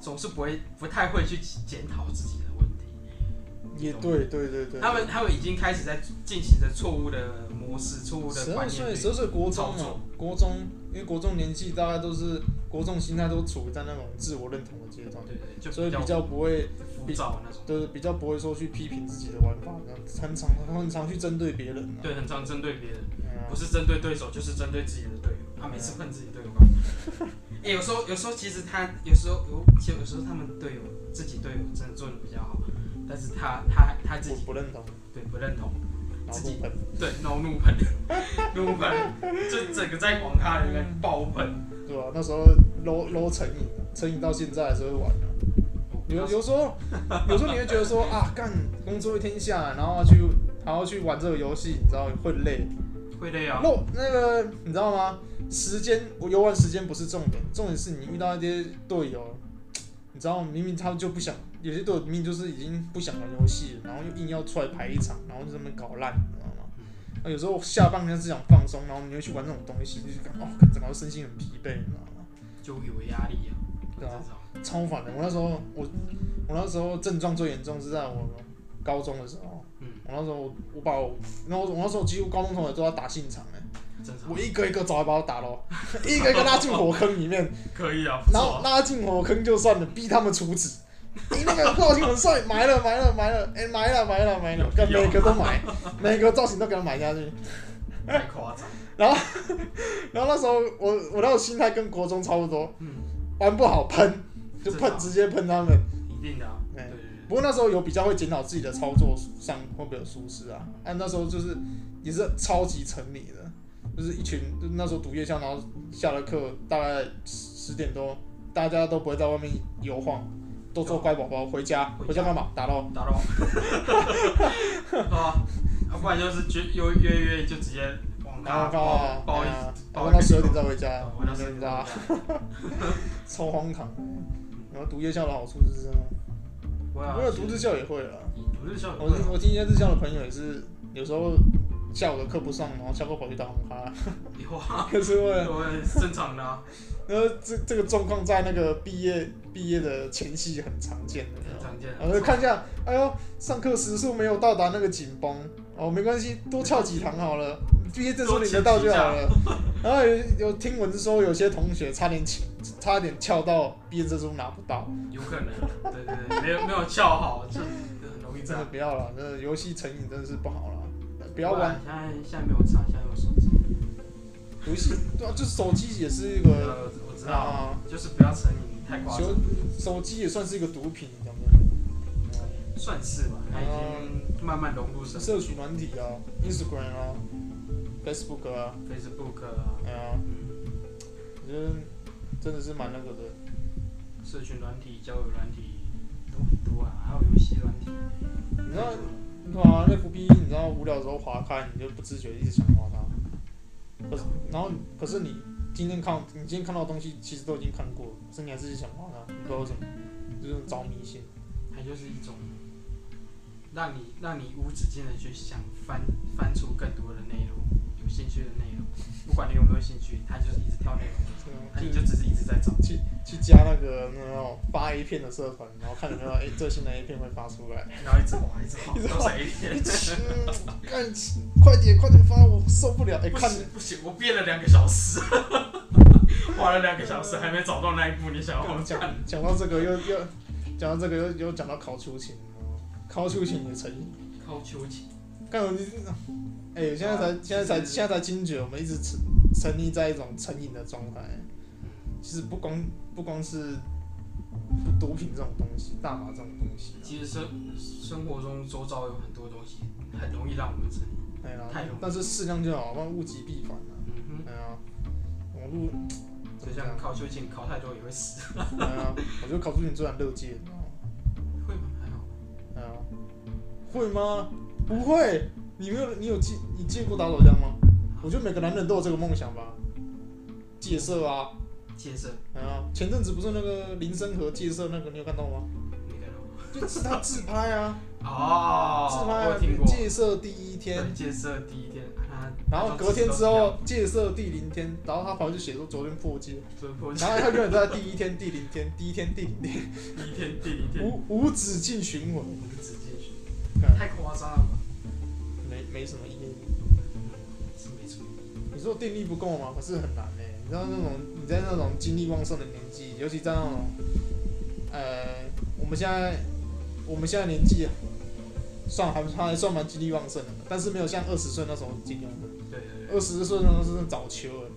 S2: 总是不会不太会去检讨自己的问题，
S1: 也对对对对，
S2: 他们他们已经开始在进行着错误的模式、错误的
S1: 十
S2: 观
S1: 二
S2: 念
S1: 岁
S2: 对。
S1: 十二岁国中
S2: 操
S1: 啊
S2: 作，
S1: 国中因为国中年纪大概都是国中心态都处于在那种自我认同的阶段，
S2: 对对，就
S1: 所以比
S2: 比
S1: 较不会。
S2: 浮躁那种，
S1: 就是比较不会说去批评自己的玩法，然后很常很常去针对别人、啊。
S2: 对，很常针对别人。
S1: 嗯啊
S2: 不是针对对手，就是针对自己的队友。他每
S1: 嗯
S2: 次喷自己队友干嘛，哎、有时候有时候其实他有时候有其实有时候他们队友自己队友真的做的比较好，但是他他他自
S1: 我
S2: 己
S1: 不认同，
S2: 对不认同，
S1: 然后
S2: 自己
S1: 不喷。
S2: 对 no 怒喷，怒喷，就整个在网咖里面爆喷。
S1: 对啊，那时候 low low 成瘾，啊成瘾到现在还是会玩啊。有有时候，有时候你会觉得说啊，干工作一天下来，然后要去还要去玩这个游戏，你知道会累。
S2: 会累啊，
S1: 那那个你知道吗？时间我游玩时间不是重点，重点是你遇到一些队友，你知道明明他们就不想，有些队友明明就是已经不想玩游戏了，然后又硬要出来排一场，然后就这么搞烂，你知道吗？
S2: 嗯
S1: 那有时候下半天是想放松，然后你会去玩这种东西，就是感觉哦，整个身心很疲惫，你知道吗？
S2: 就有压力啊。
S1: 对啊
S2: 这种，
S1: 超烦的。我那时候我我那时候症状最严重是在我高中的时候，
S2: 嗯，
S1: 我那时候我我把我，然后我那时候几乎高中同学都要打信场哎、
S2: 啊正常
S1: 我一个一个找把我打
S2: <laughs>
S1: 咯，一个一个拉进火坑里面，
S2: 可以啊，不
S1: 然后
S2: 错啊。
S1: 拉进火坑就算了，逼他们处子。你、那个造型很帅，埋了埋了埋了，哎、埋了埋了
S2: <laughs>
S1: 埋了，跟
S2: 啊
S1: 每个都埋，每个造型都给他埋下去。
S2: 太夸张，
S1: 然后那时候我我那种心态跟国中差不多，
S2: 嗯，
S1: 玩不好喷就
S2: 真
S1: 喷
S2: 的啊
S1: 直接喷他们。
S2: 一定的啊。
S1: 哎
S2: 对对对，
S1: 不过那时候有比较会检讨自己的操作上会不会有疏失啊？哎，那时候就是也是超级沉迷的，就是一群就那时候读夜校，然后下了课大概十点多，大家都不会在外面游晃，都做乖宝宝回家，回
S2: 回
S1: 家
S2: 家
S1: 干嘛？打咯。
S2: 打扰。 <laughs> 啊，啊不然就是约约约约就直接网
S1: 然后
S2: 咖
S1: 干
S2: 包
S1: 嘛？
S2: 包一
S1: 啊，哎
S2: 包
S1: 玩
S2: 一
S1: 到十二点再回家
S2: 哦，玩到
S1: 你
S2: 十二
S1: 知
S2: 点
S1: 道
S2: 再
S1: 吗
S2: 回家。
S1: 超荒唐。然后读夜校的好处是这样，
S2: 我
S1: 我有读日校也会了。
S2: 啊读日校
S1: 我听我听一些日校的朋友也是，有时候下午的课不上，然后下课跑去打网咖，
S2: 以后啊，
S1: 可是为了
S2: 我也是正常的啊，
S1: 然后这这个状况在那个毕业毕业的前夕很常见的，
S2: 很常见
S1: 然后就看一下，哎呦，上课时数没有到达那个紧绷，哦，没关系，多翘几堂好了，毕业证书领得到就好 <laughs> 了。然后有有听闻说有些同学差点翘差点翘到毕业证书拿不到，
S2: 有可能，对对对，没有没有翘好，就很容易这
S1: 真的
S2: 样。
S1: 不要了，那游戏成瘾真的是不好了，不要玩
S2: 然现在现在没有查，现在有手机。
S1: 游戏，对啊，就手机也是一个
S2: 呃，我知道，
S1: 啊，
S2: 就是不要成瘾太夸张
S1: 手，手机也算是一个毒品，你讲真的。
S2: 算是吧，它已
S1: 哦
S2: 经慢慢融入生活。
S1: 社群软体啊，Instagram 啊，Facebook 啊，
S2: Facebook 啊，
S1: 哎呀，
S2: 嗯，
S1: 我觉得真的是蛮那个的。
S2: 社群软体、交友软体都很多啊，还有游戏软体。
S1: 你知道，对啊，FB，你知道无聊的时候划开，你就不自觉一直想划它。可是，然后可是你今天看，你今天看到的东西其实都已经看过了，可是你还是想划它，你不知道为什么，就是着迷性。
S2: 它就是一种让你让你无止境的去想翻翻出更多的内容，有兴趣的内容，不管你有没有兴趣，它就是一直跳内容，
S1: 对啊
S2: 那你
S1: 就
S2: 就只是一直在找。
S1: 其去加那个那种发 A 片的社团，然后看有没有哎最新的 A 片会发出 <laughs> 来。
S2: 然后一直滑，一直
S1: <laughs>
S2: 滑，
S1: 一直
S2: 都
S1: 滑
S2: 是 A 片。
S1: 嗯，干，快点快点发，我受不了！哎、
S3: 不
S1: 看
S3: 行不行，我憋了两个小
S2: <laughs>
S3: 时，花了两个小时还没找到那一部你想要
S1: 讲
S3: 看。
S1: 讲到这个又又讲到这个又又讲到考秋千，考秋千也成瘾。
S2: 靠秋千，
S1: 干我就是，哎、现在才现在才现在才惊觉，我们一直沉沉溺在一种成瘾的状态。其实不光不光是毒品这种东西，大麻这种东西、啊，
S2: 其实生生活中周遭有很多东西，很容易让我们成瘾。
S1: 哎呀、
S2: 太容易
S1: 但是适量就好，不然物极必反啊。
S2: 嗯
S1: 哎呀、网络
S2: 哼，就像靠秋千，考太多也会死，
S1: 哎呀，我觉得考出你最难乐啊界，你知道吗
S2: 会吗？还好，
S1: 哎呀，会吗？不会，你没有，你有戒，你戒过打手枪吗？我觉得每个男人都有这个梦想吧，戒色啊，
S2: 戒色，
S1: 哎呀，前阵子不是那个林森和戒色那个，你有看到吗？
S2: 没看到。
S1: 就是他自拍
S2: <laughs>
S1: 啊，
S2: 哦，
S1: 自
S2: 我有听
S1: 拍啊
S2: 过。
S1: 戒色第一天，
S2: 对，戒色第一天，啊
S1: 然后隔天之后，戒色第零天，然后他跑去写说昨天破戒，
S2: 准破
S1: 然后他永远都在第一天、第零天、第一天、第零天，
S2: <laughs> 第一天、第零天，
S1: 无无止境循环，
S2: 无止境循
S1: 干
S2: 环，太夸张了吧？
S1: 没没什么意义。
S2: 是没错，
S1: 你说定力不够吗？可是很难呢、你知道那种你在那种精力旺盛的年纪，尤其在那种，呃，我们现在我们现在年纪啊算还还算蛮精力旺盛的，但是没有像二十岁那时候精力旺盛。
S2: 对对对，
S1: 二十岁那时候是早秋了，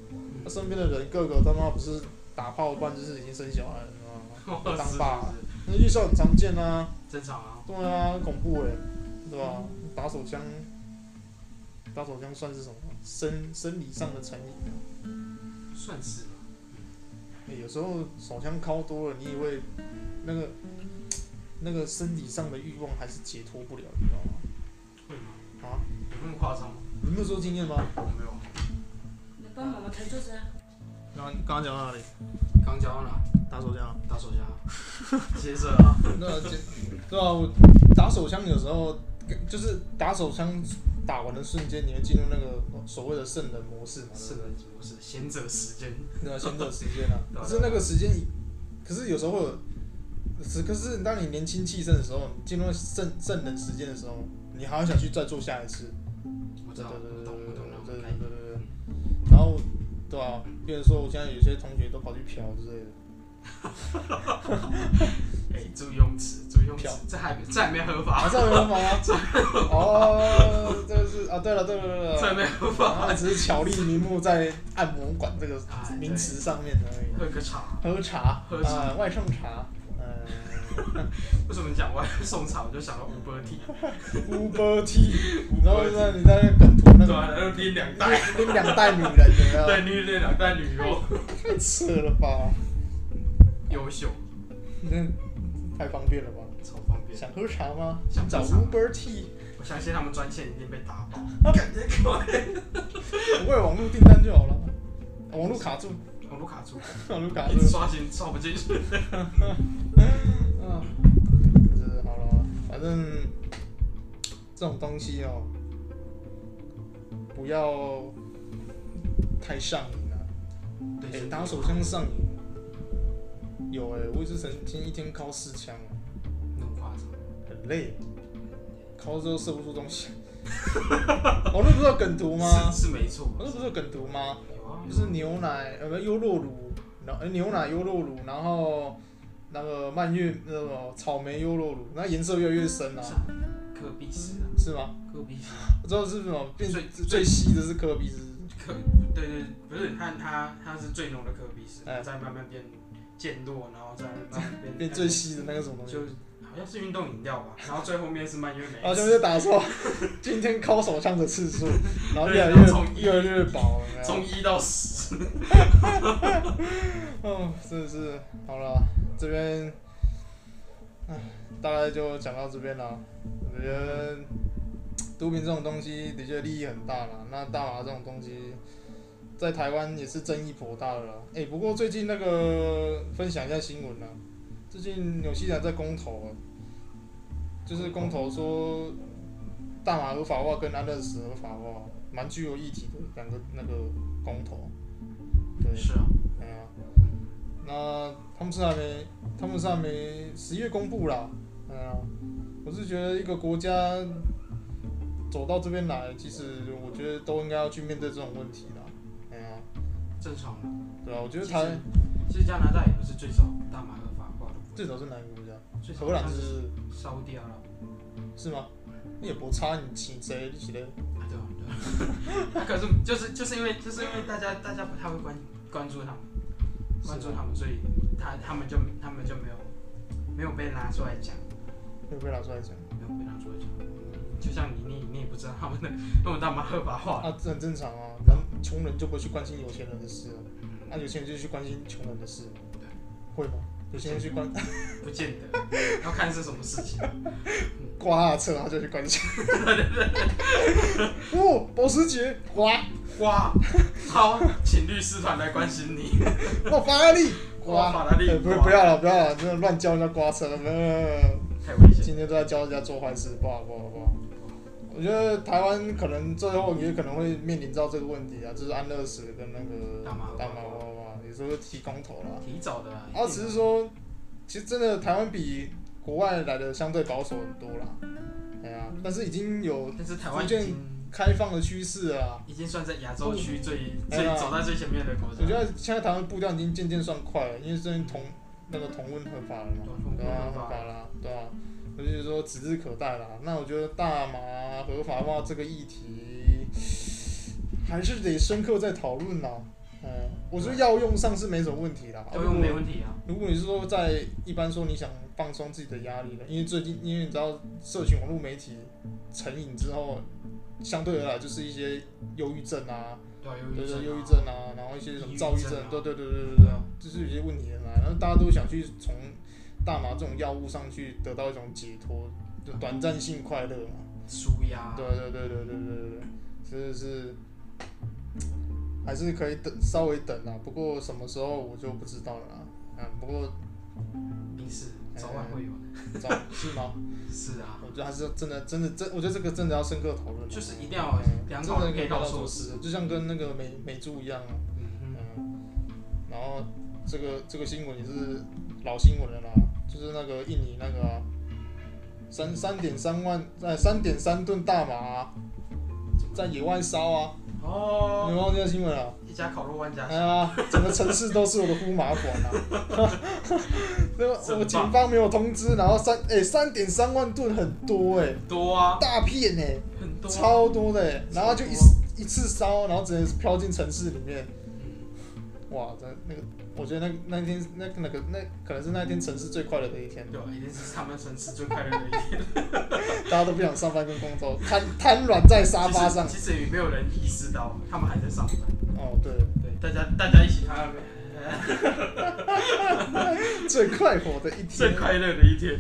S1: 他身边的人个个他妈不是打炮，不然就是已经生小孩了，你知道吗？当爸了，
S2: 是
S1: 那预算很常见啊，
S2: 正常啊，
S1: 对啊，很恐怖哎、对吧、打手枪，打手枪算是什么？生生理上的成瘾啊。
S2: 算是吧。
S1: 欸有时候手枪敲多了，你也会那个那个身体上的欲望还是解脱不了，你知道吗？
S2: 会吗？
S1: 啊，
S2: 有那么夸张吗？
S1: 你没有说经验吗？
S2: 我没有啊。
S4: 你帮妈妈抬桌子啊。
S1: 刚刚刚讲到哪里？
S2: 刚教哪？
S1: 打手枪。
S2: 打手枪啊，接着啊，
S1: <laughs> 那这对啊，我打手枪有时候就是打手枪打完的瞬间，你会进入那个所谓的圣人模式嘛？对不对
S2: 是的，不是贤者时间，。
S1: 对啊，先这个时间啊
S2: 对啊
S1: 可是那个时间，可是有时候会有，是可是当你年轻气盛的时候，进入圣圣人时间的时候，你还要想去再做下一次。
S2: 我知道，我懂，我懂那种
S1: 对对
S2: 概念。
S1: 对对对。然后，对啊，比如说我现在有些同学都跑去嫖之类的，
S2: 哎，注意用词，注意用词
S1: 票，
S2: 这还没，这还没合
S1: <laughs> 啊，
S2: 法，
S1: 这有办法吗？哦，这个是啊，对了对了对了对
S2: 这还
S1: 了，
S2: 没合
S1: 他
S2: 法
S1: 们，只是巧立名目在按摩馆这个
S2: 哎
S1: 名词上面而已。
S2: 喝个茶。
S1: 喝茶，
S2: 喝茶
S1: 呃，外送茶， <laughs> 呃
S2: 为什么你讲外送茶，我就想到五波 T，
S1: ，Uber Tea。然后
S2: Uber
S1: 让你在那梗图那
S3: 对
S1: 个啊
S3: 啊，然后拎两袋，
S1: 拎两袋女人，有没有？
S3: 对，拎拎两袋女优，
S1: 太扯了吧！
S2: 优秀，
S1: 那太方便了吧？
S2: 超方便。
S1: 想喝茶吗？
S2: 想
S1: 找
S2: 喝茶
S1: Uber Tea，
S2: 我相信他们专线一定被打爆。
S1: 啊不会网络订单就好了。啊网络卡住，
S2: 网络卡住，
S1: 网络卡住哎
S2: 一。直刷新刷不进去。
S1: 嗯，就是嗯好了，反正这种东西哦，不要太上瘾了。
S2: 对，
S1: 哎、
S2: 就是
S1: 打手枪上瘾，有哎、我也是曾经一天敲四枪哦，
S2: 那么夸张，
S1: 很累，敲之后射不出东西。 <laughs> 我那不是有梗图 <laughs> 吗？
S2: 是是没错，
S1: 我那不是有梗图吗？
S2: 有啊，
S1: 就是牛奶呃不优酪乳，然后、呃牛奶优酪乳，然后那个蔓越那个草莓优酪乳，那颜色越来越深
S2: 不
S1: 啊，
S2: 是啊科比斯啊，
S1: 是吗？
S2: 科比斯，
S1: 我知道是什么变
S2: 最
S1: 最稀的是科比是不是
S2: 科对对，不是他他他是最浓的科比斯，
S1: 哎
S2: 再慢慢变渐弱，然后再慢慢变
S1: 变最稀的那个什么东西
S2: 就，好像是运动饮料吧，然后最后面是蔓越莓，
S1: 哦然后就是打说 <laughs> 今天抠手枪的次数，然后越来
S2: 对然后从
S1: 越越来越薄了，有没啊
S2: 从一到十，
S1: 有嗯，真的是好了，这边，唉，大概就讲到这边了。我觉得毒品这种东西的确利益很大啦，那大麻这种东西。在台湾也是争议颇大的啦。哎、不过最近那个分享一下新闻啦，最近纽西兰在公投啊，就是公投说大麻合法化跟安乐死合法化，蛮具有议题的两个那个公投。对，
S2: <laughs> 是啊，
S1: 哎呀，那他们是还没，他们是还没十一月公布啦。哎呀，我是觉得一个国家走到这边来，其实我觉得都应该要去面对这种问题啦。哎呀，
S2: 正常的。
S1: 对啊，我觉得
S2: 其实
S1: 台
S2: 其实加拿大也不是最早大麻合法化的国
S1: 最早是哪个国家？
S2: 家，最早
S1: 荷兰
S2: 它是
S1: 是
S2: 沙烏地阿拉伯
S1: 是吗？那也不差，你请谁？你请谁？
S2: 啊，对啊，对啊。 <laughs> 那、可是就是就是因为就是因为大家大家不太会关关注他们，关
S1: 啊
S2: 注他们，所以他他们就他们就没有没有被拿出来讲，
S1: 会被拿出来讲
S2: 没有被拿出来讲。就像你你你也不知道他们的他们大麻合法化，
S1: 啊，这很正常啊。人穷人就不会去关心有钱人的事啊，那、有钱人就去关心穷人的事，
S2: 对，
S1: 会吗？有钱人去关
S2: 不见得
S1: <laughs>
S2: 要看是什么事情。
S1: 挂他的车，他就去关心。 <laughs> 哦，保时捷，刮，
S2: 哇，好，请律师团来关心你。
S1: 哦，法拉利，刮。
S2: 哇，法拉利
S1: 呃，不是，
S2: 哇
S1: 不要了，不要了，真的乱教人家刮车，没有没有没有没有
S2: 太危险。
S1: 今天都在教人家做坏事，不好不好不好。我觉得台湾可能最后也可能会面临到这个问题啊，就是安乐死跟那 <laughs> 个
S2: 大麻
S1: 大麻娃娃，有时啊候会提公投啦。
S2: 提早的啦，
S1: 然后只是说，其实真的台湾比国外来的相对保守很多啦，哎呀、但是已经有
S2: 但是台湾
S1: 福
S2: 已
S1: 建
S2: 经
S1: 开放的趋势了啊。
S2: 已经算在亚洲区最
S1: 哎呀
S2: 最走在最前面的国家。
S1: 我觉得现在台湾步调已经渐渐算快了，因为最近同那个同温合法了嘛，
S2: 同温
S1: 对啊，
S2: 合法
S1: 合法啦，对啊，我就是说指日可待啦。那我觉得大麻合法化这个议题，还是得深刻再讨论啦。嗯，我觉得药用上是没什么问题啦，
S2: 都用没问题啊。
S1: 如果你是说在一般说你想放松自己的压力了，因为最近因为你知道社群网络媒体成瘾之后，相对而来就是一些忧郁症啊，
S2: 对啊，
S1: 对对，
S2: 忧郁症、啊，
S1: 忧郁症啊，然后一些什么躁郁症
S2: 抑郁症啊，
S1: 对对对对对对啊，就是有些问题来，然后大家都想去从大麻这种药物上去得到一种解脱，就短暂性快乐嘛，
S2: 舒压，
S1: 对对对对对对对对，真的是。还是可以等，稍微等啊。不过什么时候我就不知道了啦。嗯，不过
S2: 没事，啊早晚会有的。
S1: 早是吗？ <laughs>
S2: 是啊，
S1: 我觉得还是真的，真的，真，我觉得这个真的要深刻讨论。啊嗯
S2: 就是一定
S1: 哦
S2: 要良
S1: 真
S2: 好
S1: 的
S2: 的
S1: 可以
S2: 配
S1: 到
S2: 套
S1: 措
S2: 措
S1: 施
S2: 施。，
S1: 就像跟那个美美珠一样啊。
S2: 嗯
S1: 嗯。然后这个这个新闻也是老新闻了啦，就是那个印尼那个啊三三点三万，呃，三点三吨大麻啊、在野外烧啊，
S2: 哼，
S1: 你
S2: 哦，
S1: 忘记这个新闻了？
S2: 一家烤肉万家
S1: 哎
S2: 香，
S1: 呀，整个城市都是我的呼麻管啊！ <laughs> 那个
S3: 真
S1: 我
S3: 棒
S1: 警方没有通知，然后三哎三点三万吨很多哎、
S2: 多啊，
S1: 大片呢、哎
S2: 很多啊，
S1: 超多的、欸，然后就一
S2: 超
S1: 一次烧，然后直接飘进城市里面。
S2: 嗯
S1: 哇，真的那个，我觉得那那天那那个那可能是那天城市最快乐的一天，
S2: 对啊，一定是他们城市最快乐的一
S1: <laughs>
S2: 天。
S1: 大家都不想上班跟工作，瘫瘫软在沙发上。
S2: 其实其实也没有人意识到他们还在上班。
S1: 哦，对，
S2: 对，大家大家一起他
S1: 最快活的一
S2: <laughs> 最
S1: 天，
S2: 快乐的一天。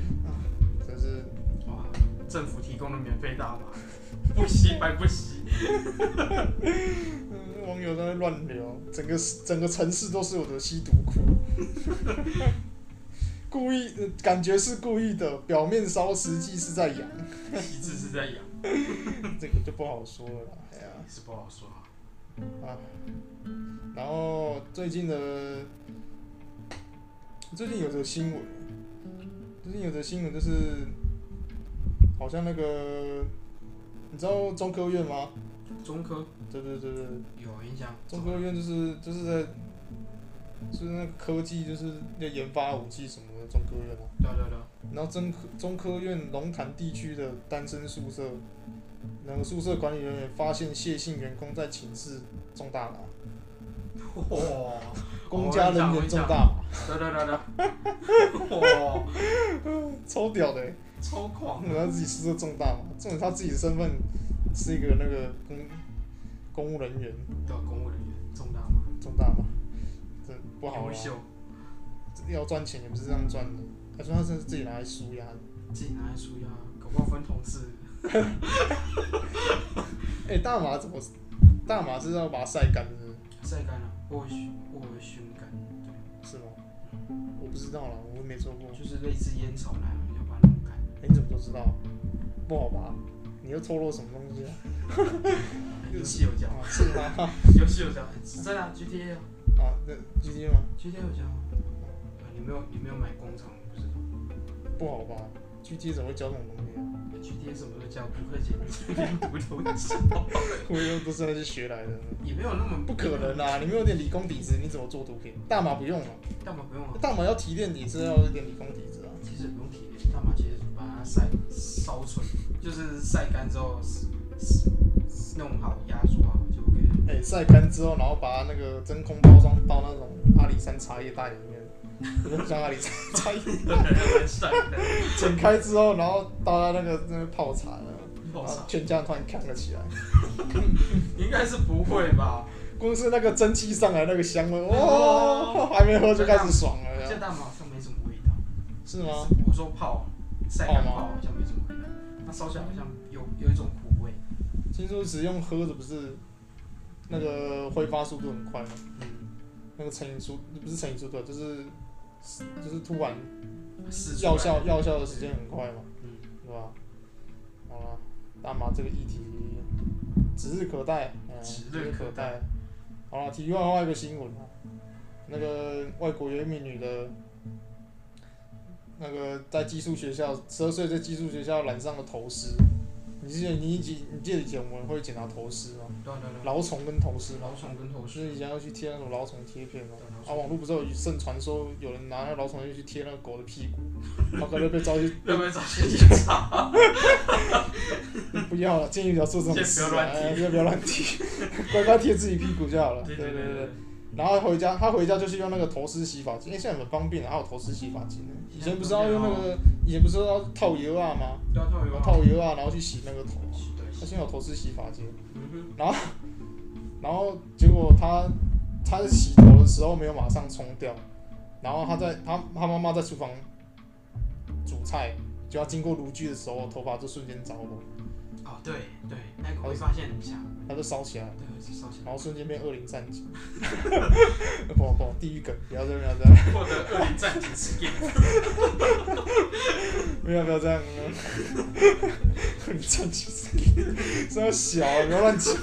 S1: 就是
S2: 哇，政府提供的免费大麻， <laughs> 不惜白不惜。
S1: 嗯网友在那乱聊，整个整个城市都是我的吸毒窟。 <laughs> 故意、呃感觉是故意的，表面烧，实际是在养，
S2: 旗帜是在扬，
S1: 这个就不好说了啦。哎呀。
S2: 是不好说啊。
S1: 啊，然后最近的最近有则新闻，最近有则新闻就是好像那个你知道中科院吗？
S2: 中科
S1: 对对对对，
S2: 有影响，
S1: 中科院就是就是在就是那个科技就是要研发武器什么的，中科院啊。
S2: 对对对，
S1: 然后中科中科院龙潭地区的单身宿舍，那个宿舍管理人员发现谢姓员工在寝室种大麻。
S2: 哇，
S1: 公家人员重大，
S2: 对对对
S1: <laughs>
S2: 对，哇，
S1: 超屌的欸、
S2: 超狂，
S1: 他自己宿舍重大嘛，重点他自己的身份是一个那个公公务人员
S2: 对啊公务人员中大嘛，
S1: 重大嘛，这不好啊
S2: 优
S1: 啦
S2: 秀，
S1: 要赚钱也不是这样赚的，他说他是自己拿来输压的。
S2: 自己拿来输压，搞不好分同事，
S1: 哎、大麻怎么？大麻是要把它晒干的，
S2: 晒干了，或熏或熏干，对，
S1: 是吗？我不知道啦，我没做过。
S2: 就是类似烟草那样，要把它弄干。
S1: 哎、你怎么都知道？不好吧？你又透露什么东西啊？
S2: 游戏有讲，
S1: 啊，是吗？
S2: 游戏有讲，真的 GTA 啊
S1: 啊，那 G T 吗？
S2: ，GTA 有讲，呃
S1: 啊，
S2: 你没有你没有买工厂，你不知道
S1: 不好吧？GTA 怎么会教这种东西啊？
S2: GTA 什么都教，骨
S1: <laughs>
S2: 科姐连读都教，
S1: 我也不是那些学来的，
S2: 也没有那么
S1: 不可能啊！你没有点理工底子，你怎么做毒品？大麻不用啊，
S2: 大麻不用啊，
S1: 大麻要提炼底子，要有点理工底子啊。
S2: 其实不用提炼，大麻其实把它晒烧纯，就是晒干之后弄好压缩好就 OK 了。
S1: 哎、晒干之后，然后把它那个真空包装到那种阿里山茶叶袋里面，我不像阿里山茶叶， <laughs>
S3: 蛮帅的，
S2: <laughs>
S1: 剪开之后，然后倒在那个那个泡茶的，然
S3: 我
S1: 后
S3: 操，
S1: 全家突然扛了起来。
S2: 应该是不会吧？
S1: 光是那个蒸汽上来那个香味，哦
S2: 哦，
S1: 还没喝就开始爽了
S2: 这
S1: 呀，
S2: 大麻好像没什么味道。
S1: 是吗？？
S2: 我说泡晒干泡好像没什么味道，它烧起来好像有有一种苦味。
S1: 听说只用喝的不是那个挥发速度很快吗？
S2: 嗯，
S1: 那个成瘾速不是成瘾速度，就是就是突然
S2: 是
S1: 药效药效的时间很快嘛，
S2: 嗯，
S1: 对吧？好了，大麻这个议题指日可待，嗯，
S2: 指
S1: 指
S2: 日
S1: 日可
S2: 可
S1: 待。好了，题外话一个新闻啊，那个外国有一名女的，那个在寄宿学校，十二岁在寄宿学校染上了头虱。你记得你以前你记得以前我们会检查头虱吗？
S2: 对对对，
S1: 蛲虫跟头虱吗？
S2: 老虫跟头
S1: 我
S2: 虱，
S1: 是以前要去贴那种老虫贴片嘛，
S2: 对老
S1: 啊，
S2: 鼠
S1: 网络不是有盛传说有人拿那老虫贴去贴那个狗的屁股，然后可能被抓去，
S3: 要不要找学姐查？
S1: 不要了，建议不要做这种事、
S3: 先不要
S1: 啊，
S3: 乱贴
S1: 哎先不要乱贴，乖乖贴自己屁股就好了。
S3: 对
S1: 对
S3: 对对对，
S1: 然后回家，他回家就是用那个头丝洗发精，哎、现在很方便啊，还有头丝洗发精呢。以前不是要用那
S3: 嗯
S1: 个，以前不是要套油啊吗？
S2: 对啊对啊，
S1: 套油啊，然后去洗那个头。
S2: 对，
S1: 他现在有头丝洗发精，
S2: 嗯哼，
S1: 然后结果他他在洗头的时候没有马上冲掉，然后他在他他妈妈在厨房煮菜，就要经过炉具的时候，头发就瞬间着火，
S2: 哦对对，那个会发现一下，
S1: 他就烧起来了，
S2: 对，烧起来。
S1: 然后瞬间变恶灵战 <laughs> 警。不不，地狱梗，不要这样，不要这样，
S3: 获得恶灵战警之剑，
S1: 不要不要这样。 <laughs> 恶灵战警，这么小啊，不要乱讲。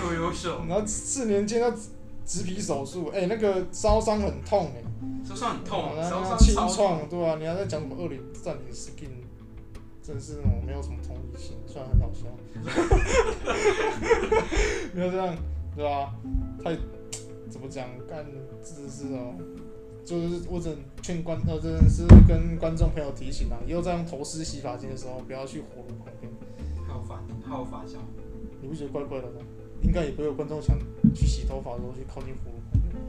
S3: 多优秀，
S1: 然后四年间要植皮手术，哎、那个烧伤很痛哎、
S2: 手上很
S1: 好
S2: 痛，
S1: 啦
S2: 手
S1: 那
S2: 上
S1: 清
S2: 超痛。
S1: 创，对啊，你还在讲什么二零占领 skin，真是那种没有什么同理心，虽然很好笑， <laughs> 没有这样，对吧、太怎么讲，干真的是哦，就是我只能劝观，呃，真的是跟观众朋友提醒啊，以后在用头丝洗发精的时候，不要去火炉旁边，
S2: 还有发还有发酵，
S1: 你不觉得怪怪的吗？应该也不会有观众想去洗头发的时候去靠近火炉旁边。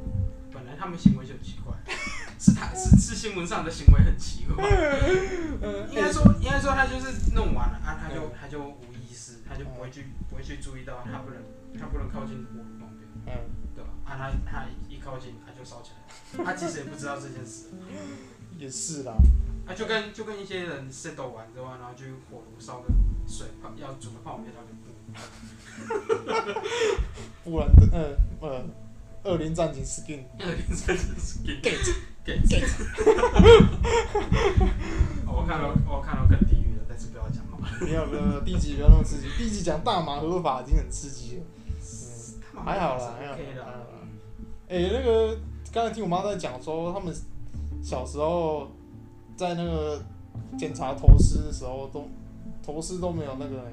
S2: 本来他们行为就很奇怪，是他是是新闻上的行为很奇怪。
S1: 嗯
S2: 呃应该说应该说他就是弄完了啊，他就他就无意识，他就不会去不会去注意到他不能他不能靠近火炉旁边，
S1: 嗯，
S2: 对吧？啊，他他一靠近他就烧起来，他其实也不知道这件事，
S1: 也是啦，
S2: 啊，就跟就跟一些人 settle 完之后，然后去火炉烧个水泡，要煮个泡面，他就不
S1: 不然的，嗯呃，二零占领 skin。
S2: 那个真是
S1: <laughs>
S2: 给
S1: Gate
S2: get get。哦 <laughs> 我看到我看到更地狱的，但是不要讲好了。
S1: 没有没有没有，第一集不要那么刺激，第一集讲大麻合法已经很刺激了。
S2: 他妈
S1: 嗯还好啦
S2: 是
S1: 还好
S2: ，OK
S1: 还好啦
S2: 的。啊
S1: 哎、那个刚才听我妈在讲说，他们小时候在那个检查头虱的时候都头虱都没有那个、欸，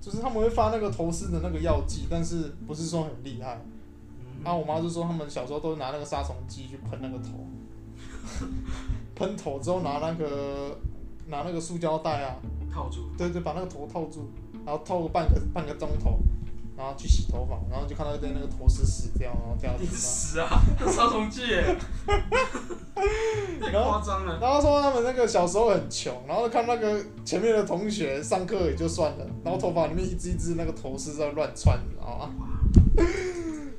S1: 就是他们会发那个头虱的那个药剂，但是不是说很厉害。
S2: 嗯
S1: 啊，我妈就说他们小时候都拿那个杀虫剂去喷那个头， <laughs> 喷头之后拿那个拿那个塑胶袋啊，
S2: 嗯套住，
S1: 对对，把那个头套住，然后套个半个半个钟头，然后去洗头发，然后就看到一堆那个头虱死掉，然后掉到
S3: 你
S1: 地
S3: 是
S1: 上。
S3: 死啊，这杀虫剂
S2: <laughs>
S3: 耶，
S2: 太夸张了。
S1: 然后说他们那个小时候很穷，然后看那个前面的同学上课也就算了，然后头发里面一只一只那个头虱在乱窜，你知道吗？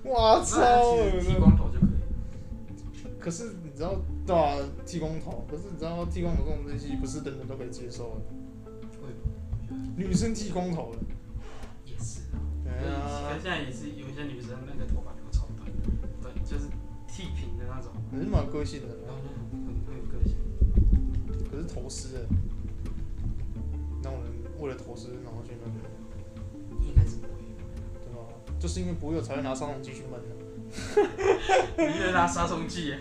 S2: 哇，
S1: 哇，超恶
S2: 那其实剃
S1: 心！
S2: 光头就可以了。
S1: 可是你知道，对吧、剃光头，可是你知道剃光头这种东西不是人人都可以接受的，女生剃光头的，
S2: 也是啊，
S1: 对啊
S2: 可，是现在也是有一些女生那个头发留超短，对，就是剃平的那种，
S1: 还是蛮有个性的。
S2: 然后就很很很有个性。
S1: 可是头虱的，那我们为了头虱，然后去那个。
S2: 应该是不会吧，
S1: 对吧？就是因为不会有才会拿杀虫剂去闷的。
S2: 你在拿杀虫 <laughs> 剂，啊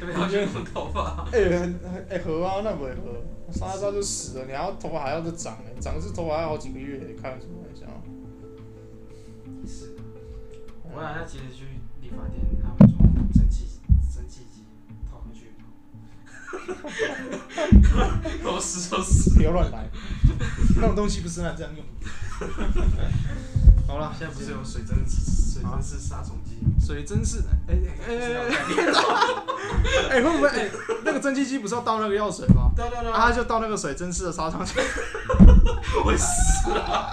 S2: 不要去弄头发。
S1: 哎、很很哎、合啊，那不会合，杀一杀就死了，你还要头发还要再长哎、长一次头发还要好几个月、开什么玩笑？
S2: 是，我
S1: 哎
S2: 奶奶其实去理发店，他们说蒸汽蒸汽机套上去， <laughs>
S3: 螺丝螺丝。
S1: 不要乱来， <laughs> 那种东西不是那这样用的。好了，
S2: 现在不是有水蒸水蒸式杀虫剂吗？
S1: 水蒸是哎哎哎哎哎，会不会哎、那个蒸汽机不是要倒那个药水吗？
S2: 对对对，
S1: 啊，他就倒那个水蒸式的沙上去，
S3: 我死了，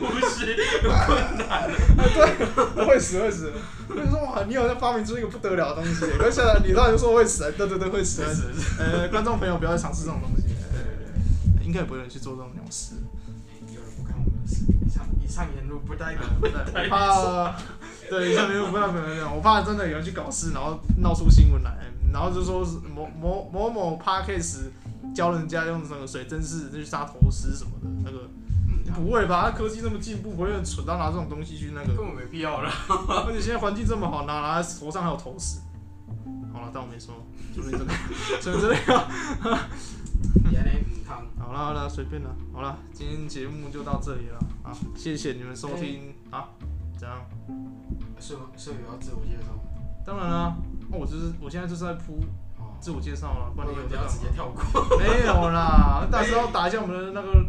S3: 呼吸有困难了。
S1: <laughs> 会死会死。我就说哇，你好像发明出一个不得了的东西，而且你到底说会死，哎对对对，会死。会死呃，观众朋友不要尝试这种东西，哎
S2: 对对对，
S1: 应该也不会有人去做这种鸟事。
S2: 有人不看我们的事。以上以上言论不代表
S1: 对，我哎怕，对，下面不要不要不要，我怕真的有人去搞事，然后闹出新闻来，哎然后就说是某某某某 p a c k a s e 教人家用那个水蒸式去杀头虱什么的，那个
S2: 嗯，
S1: 不会吧？他科技那么进步，不会有人蠢到拿这种东西去那个
S2: 根本没必要了。
S1: 而且现在环境这么好，拿拿头上还有头饰。好了，当我没说，随便这个，随便这个。
S2: 原来母汤，
S1: 好了好了，随便了。好了，今天节目就到这里了啊！谢谢你们收听啊！怎样？
S2: 是吗？是有要自我介绍吗？
S1: 当然啦、那我就是我现在就是在铺
S2: 哦，
S1: 自我介绍了，不
S2: 我
S1: 然你
S2: 以为
S1: 有
S2: 你
S1: 在
S2: 要
S1: 干
S2: 直接
S1: 嘛？
S2: 跳过。
S1: 没有啦，但是要打一下我们的那个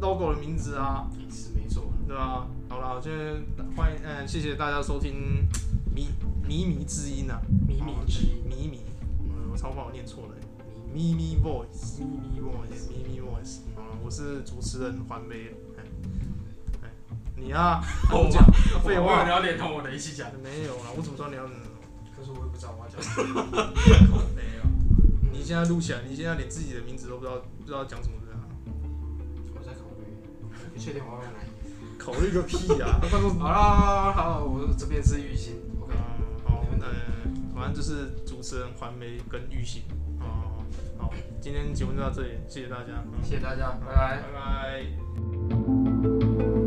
S1: logo 的名字啊。
S2: 也是没错，
S1: 对吧？好啦，我今天欢迎，嗯，谢谢大家收听迷迷迷之音啊，
S2: 靡靡之音
S1: 迷迷，嗯我超怕我念错了，迷迷 voice，迷迷 voice，迷迷 voice，好了，我是主持人环梅，哎哎你啊，
S3: 哦
S1: 我讲
S3: 我
S1: 废
S3: 有
S1: 话
S3: 你，要连同我的一起讲。
S1: 没有啦，我怎么知道你要嗯
S2: 可是我也不知道我要讲什么。
S1: 没有？你现在录起来，你现在连自己的名字都不知道，不知道讲什么的啊，
S2: 我在考虑，不确定我要用哪一个。
S1: 考虑个屁啊呀！观众
S2: 好啦，好，我这边是玉鑫
S1: <laughs>
S2: ，OK。
S1: 嗯，好，呃，反正就是主持人环梅跟玉鑫。哦，好，今天节目就到这里，谢谢大家，嗯
S2: 谢谢大家，拜拜。
S1: 拜拜。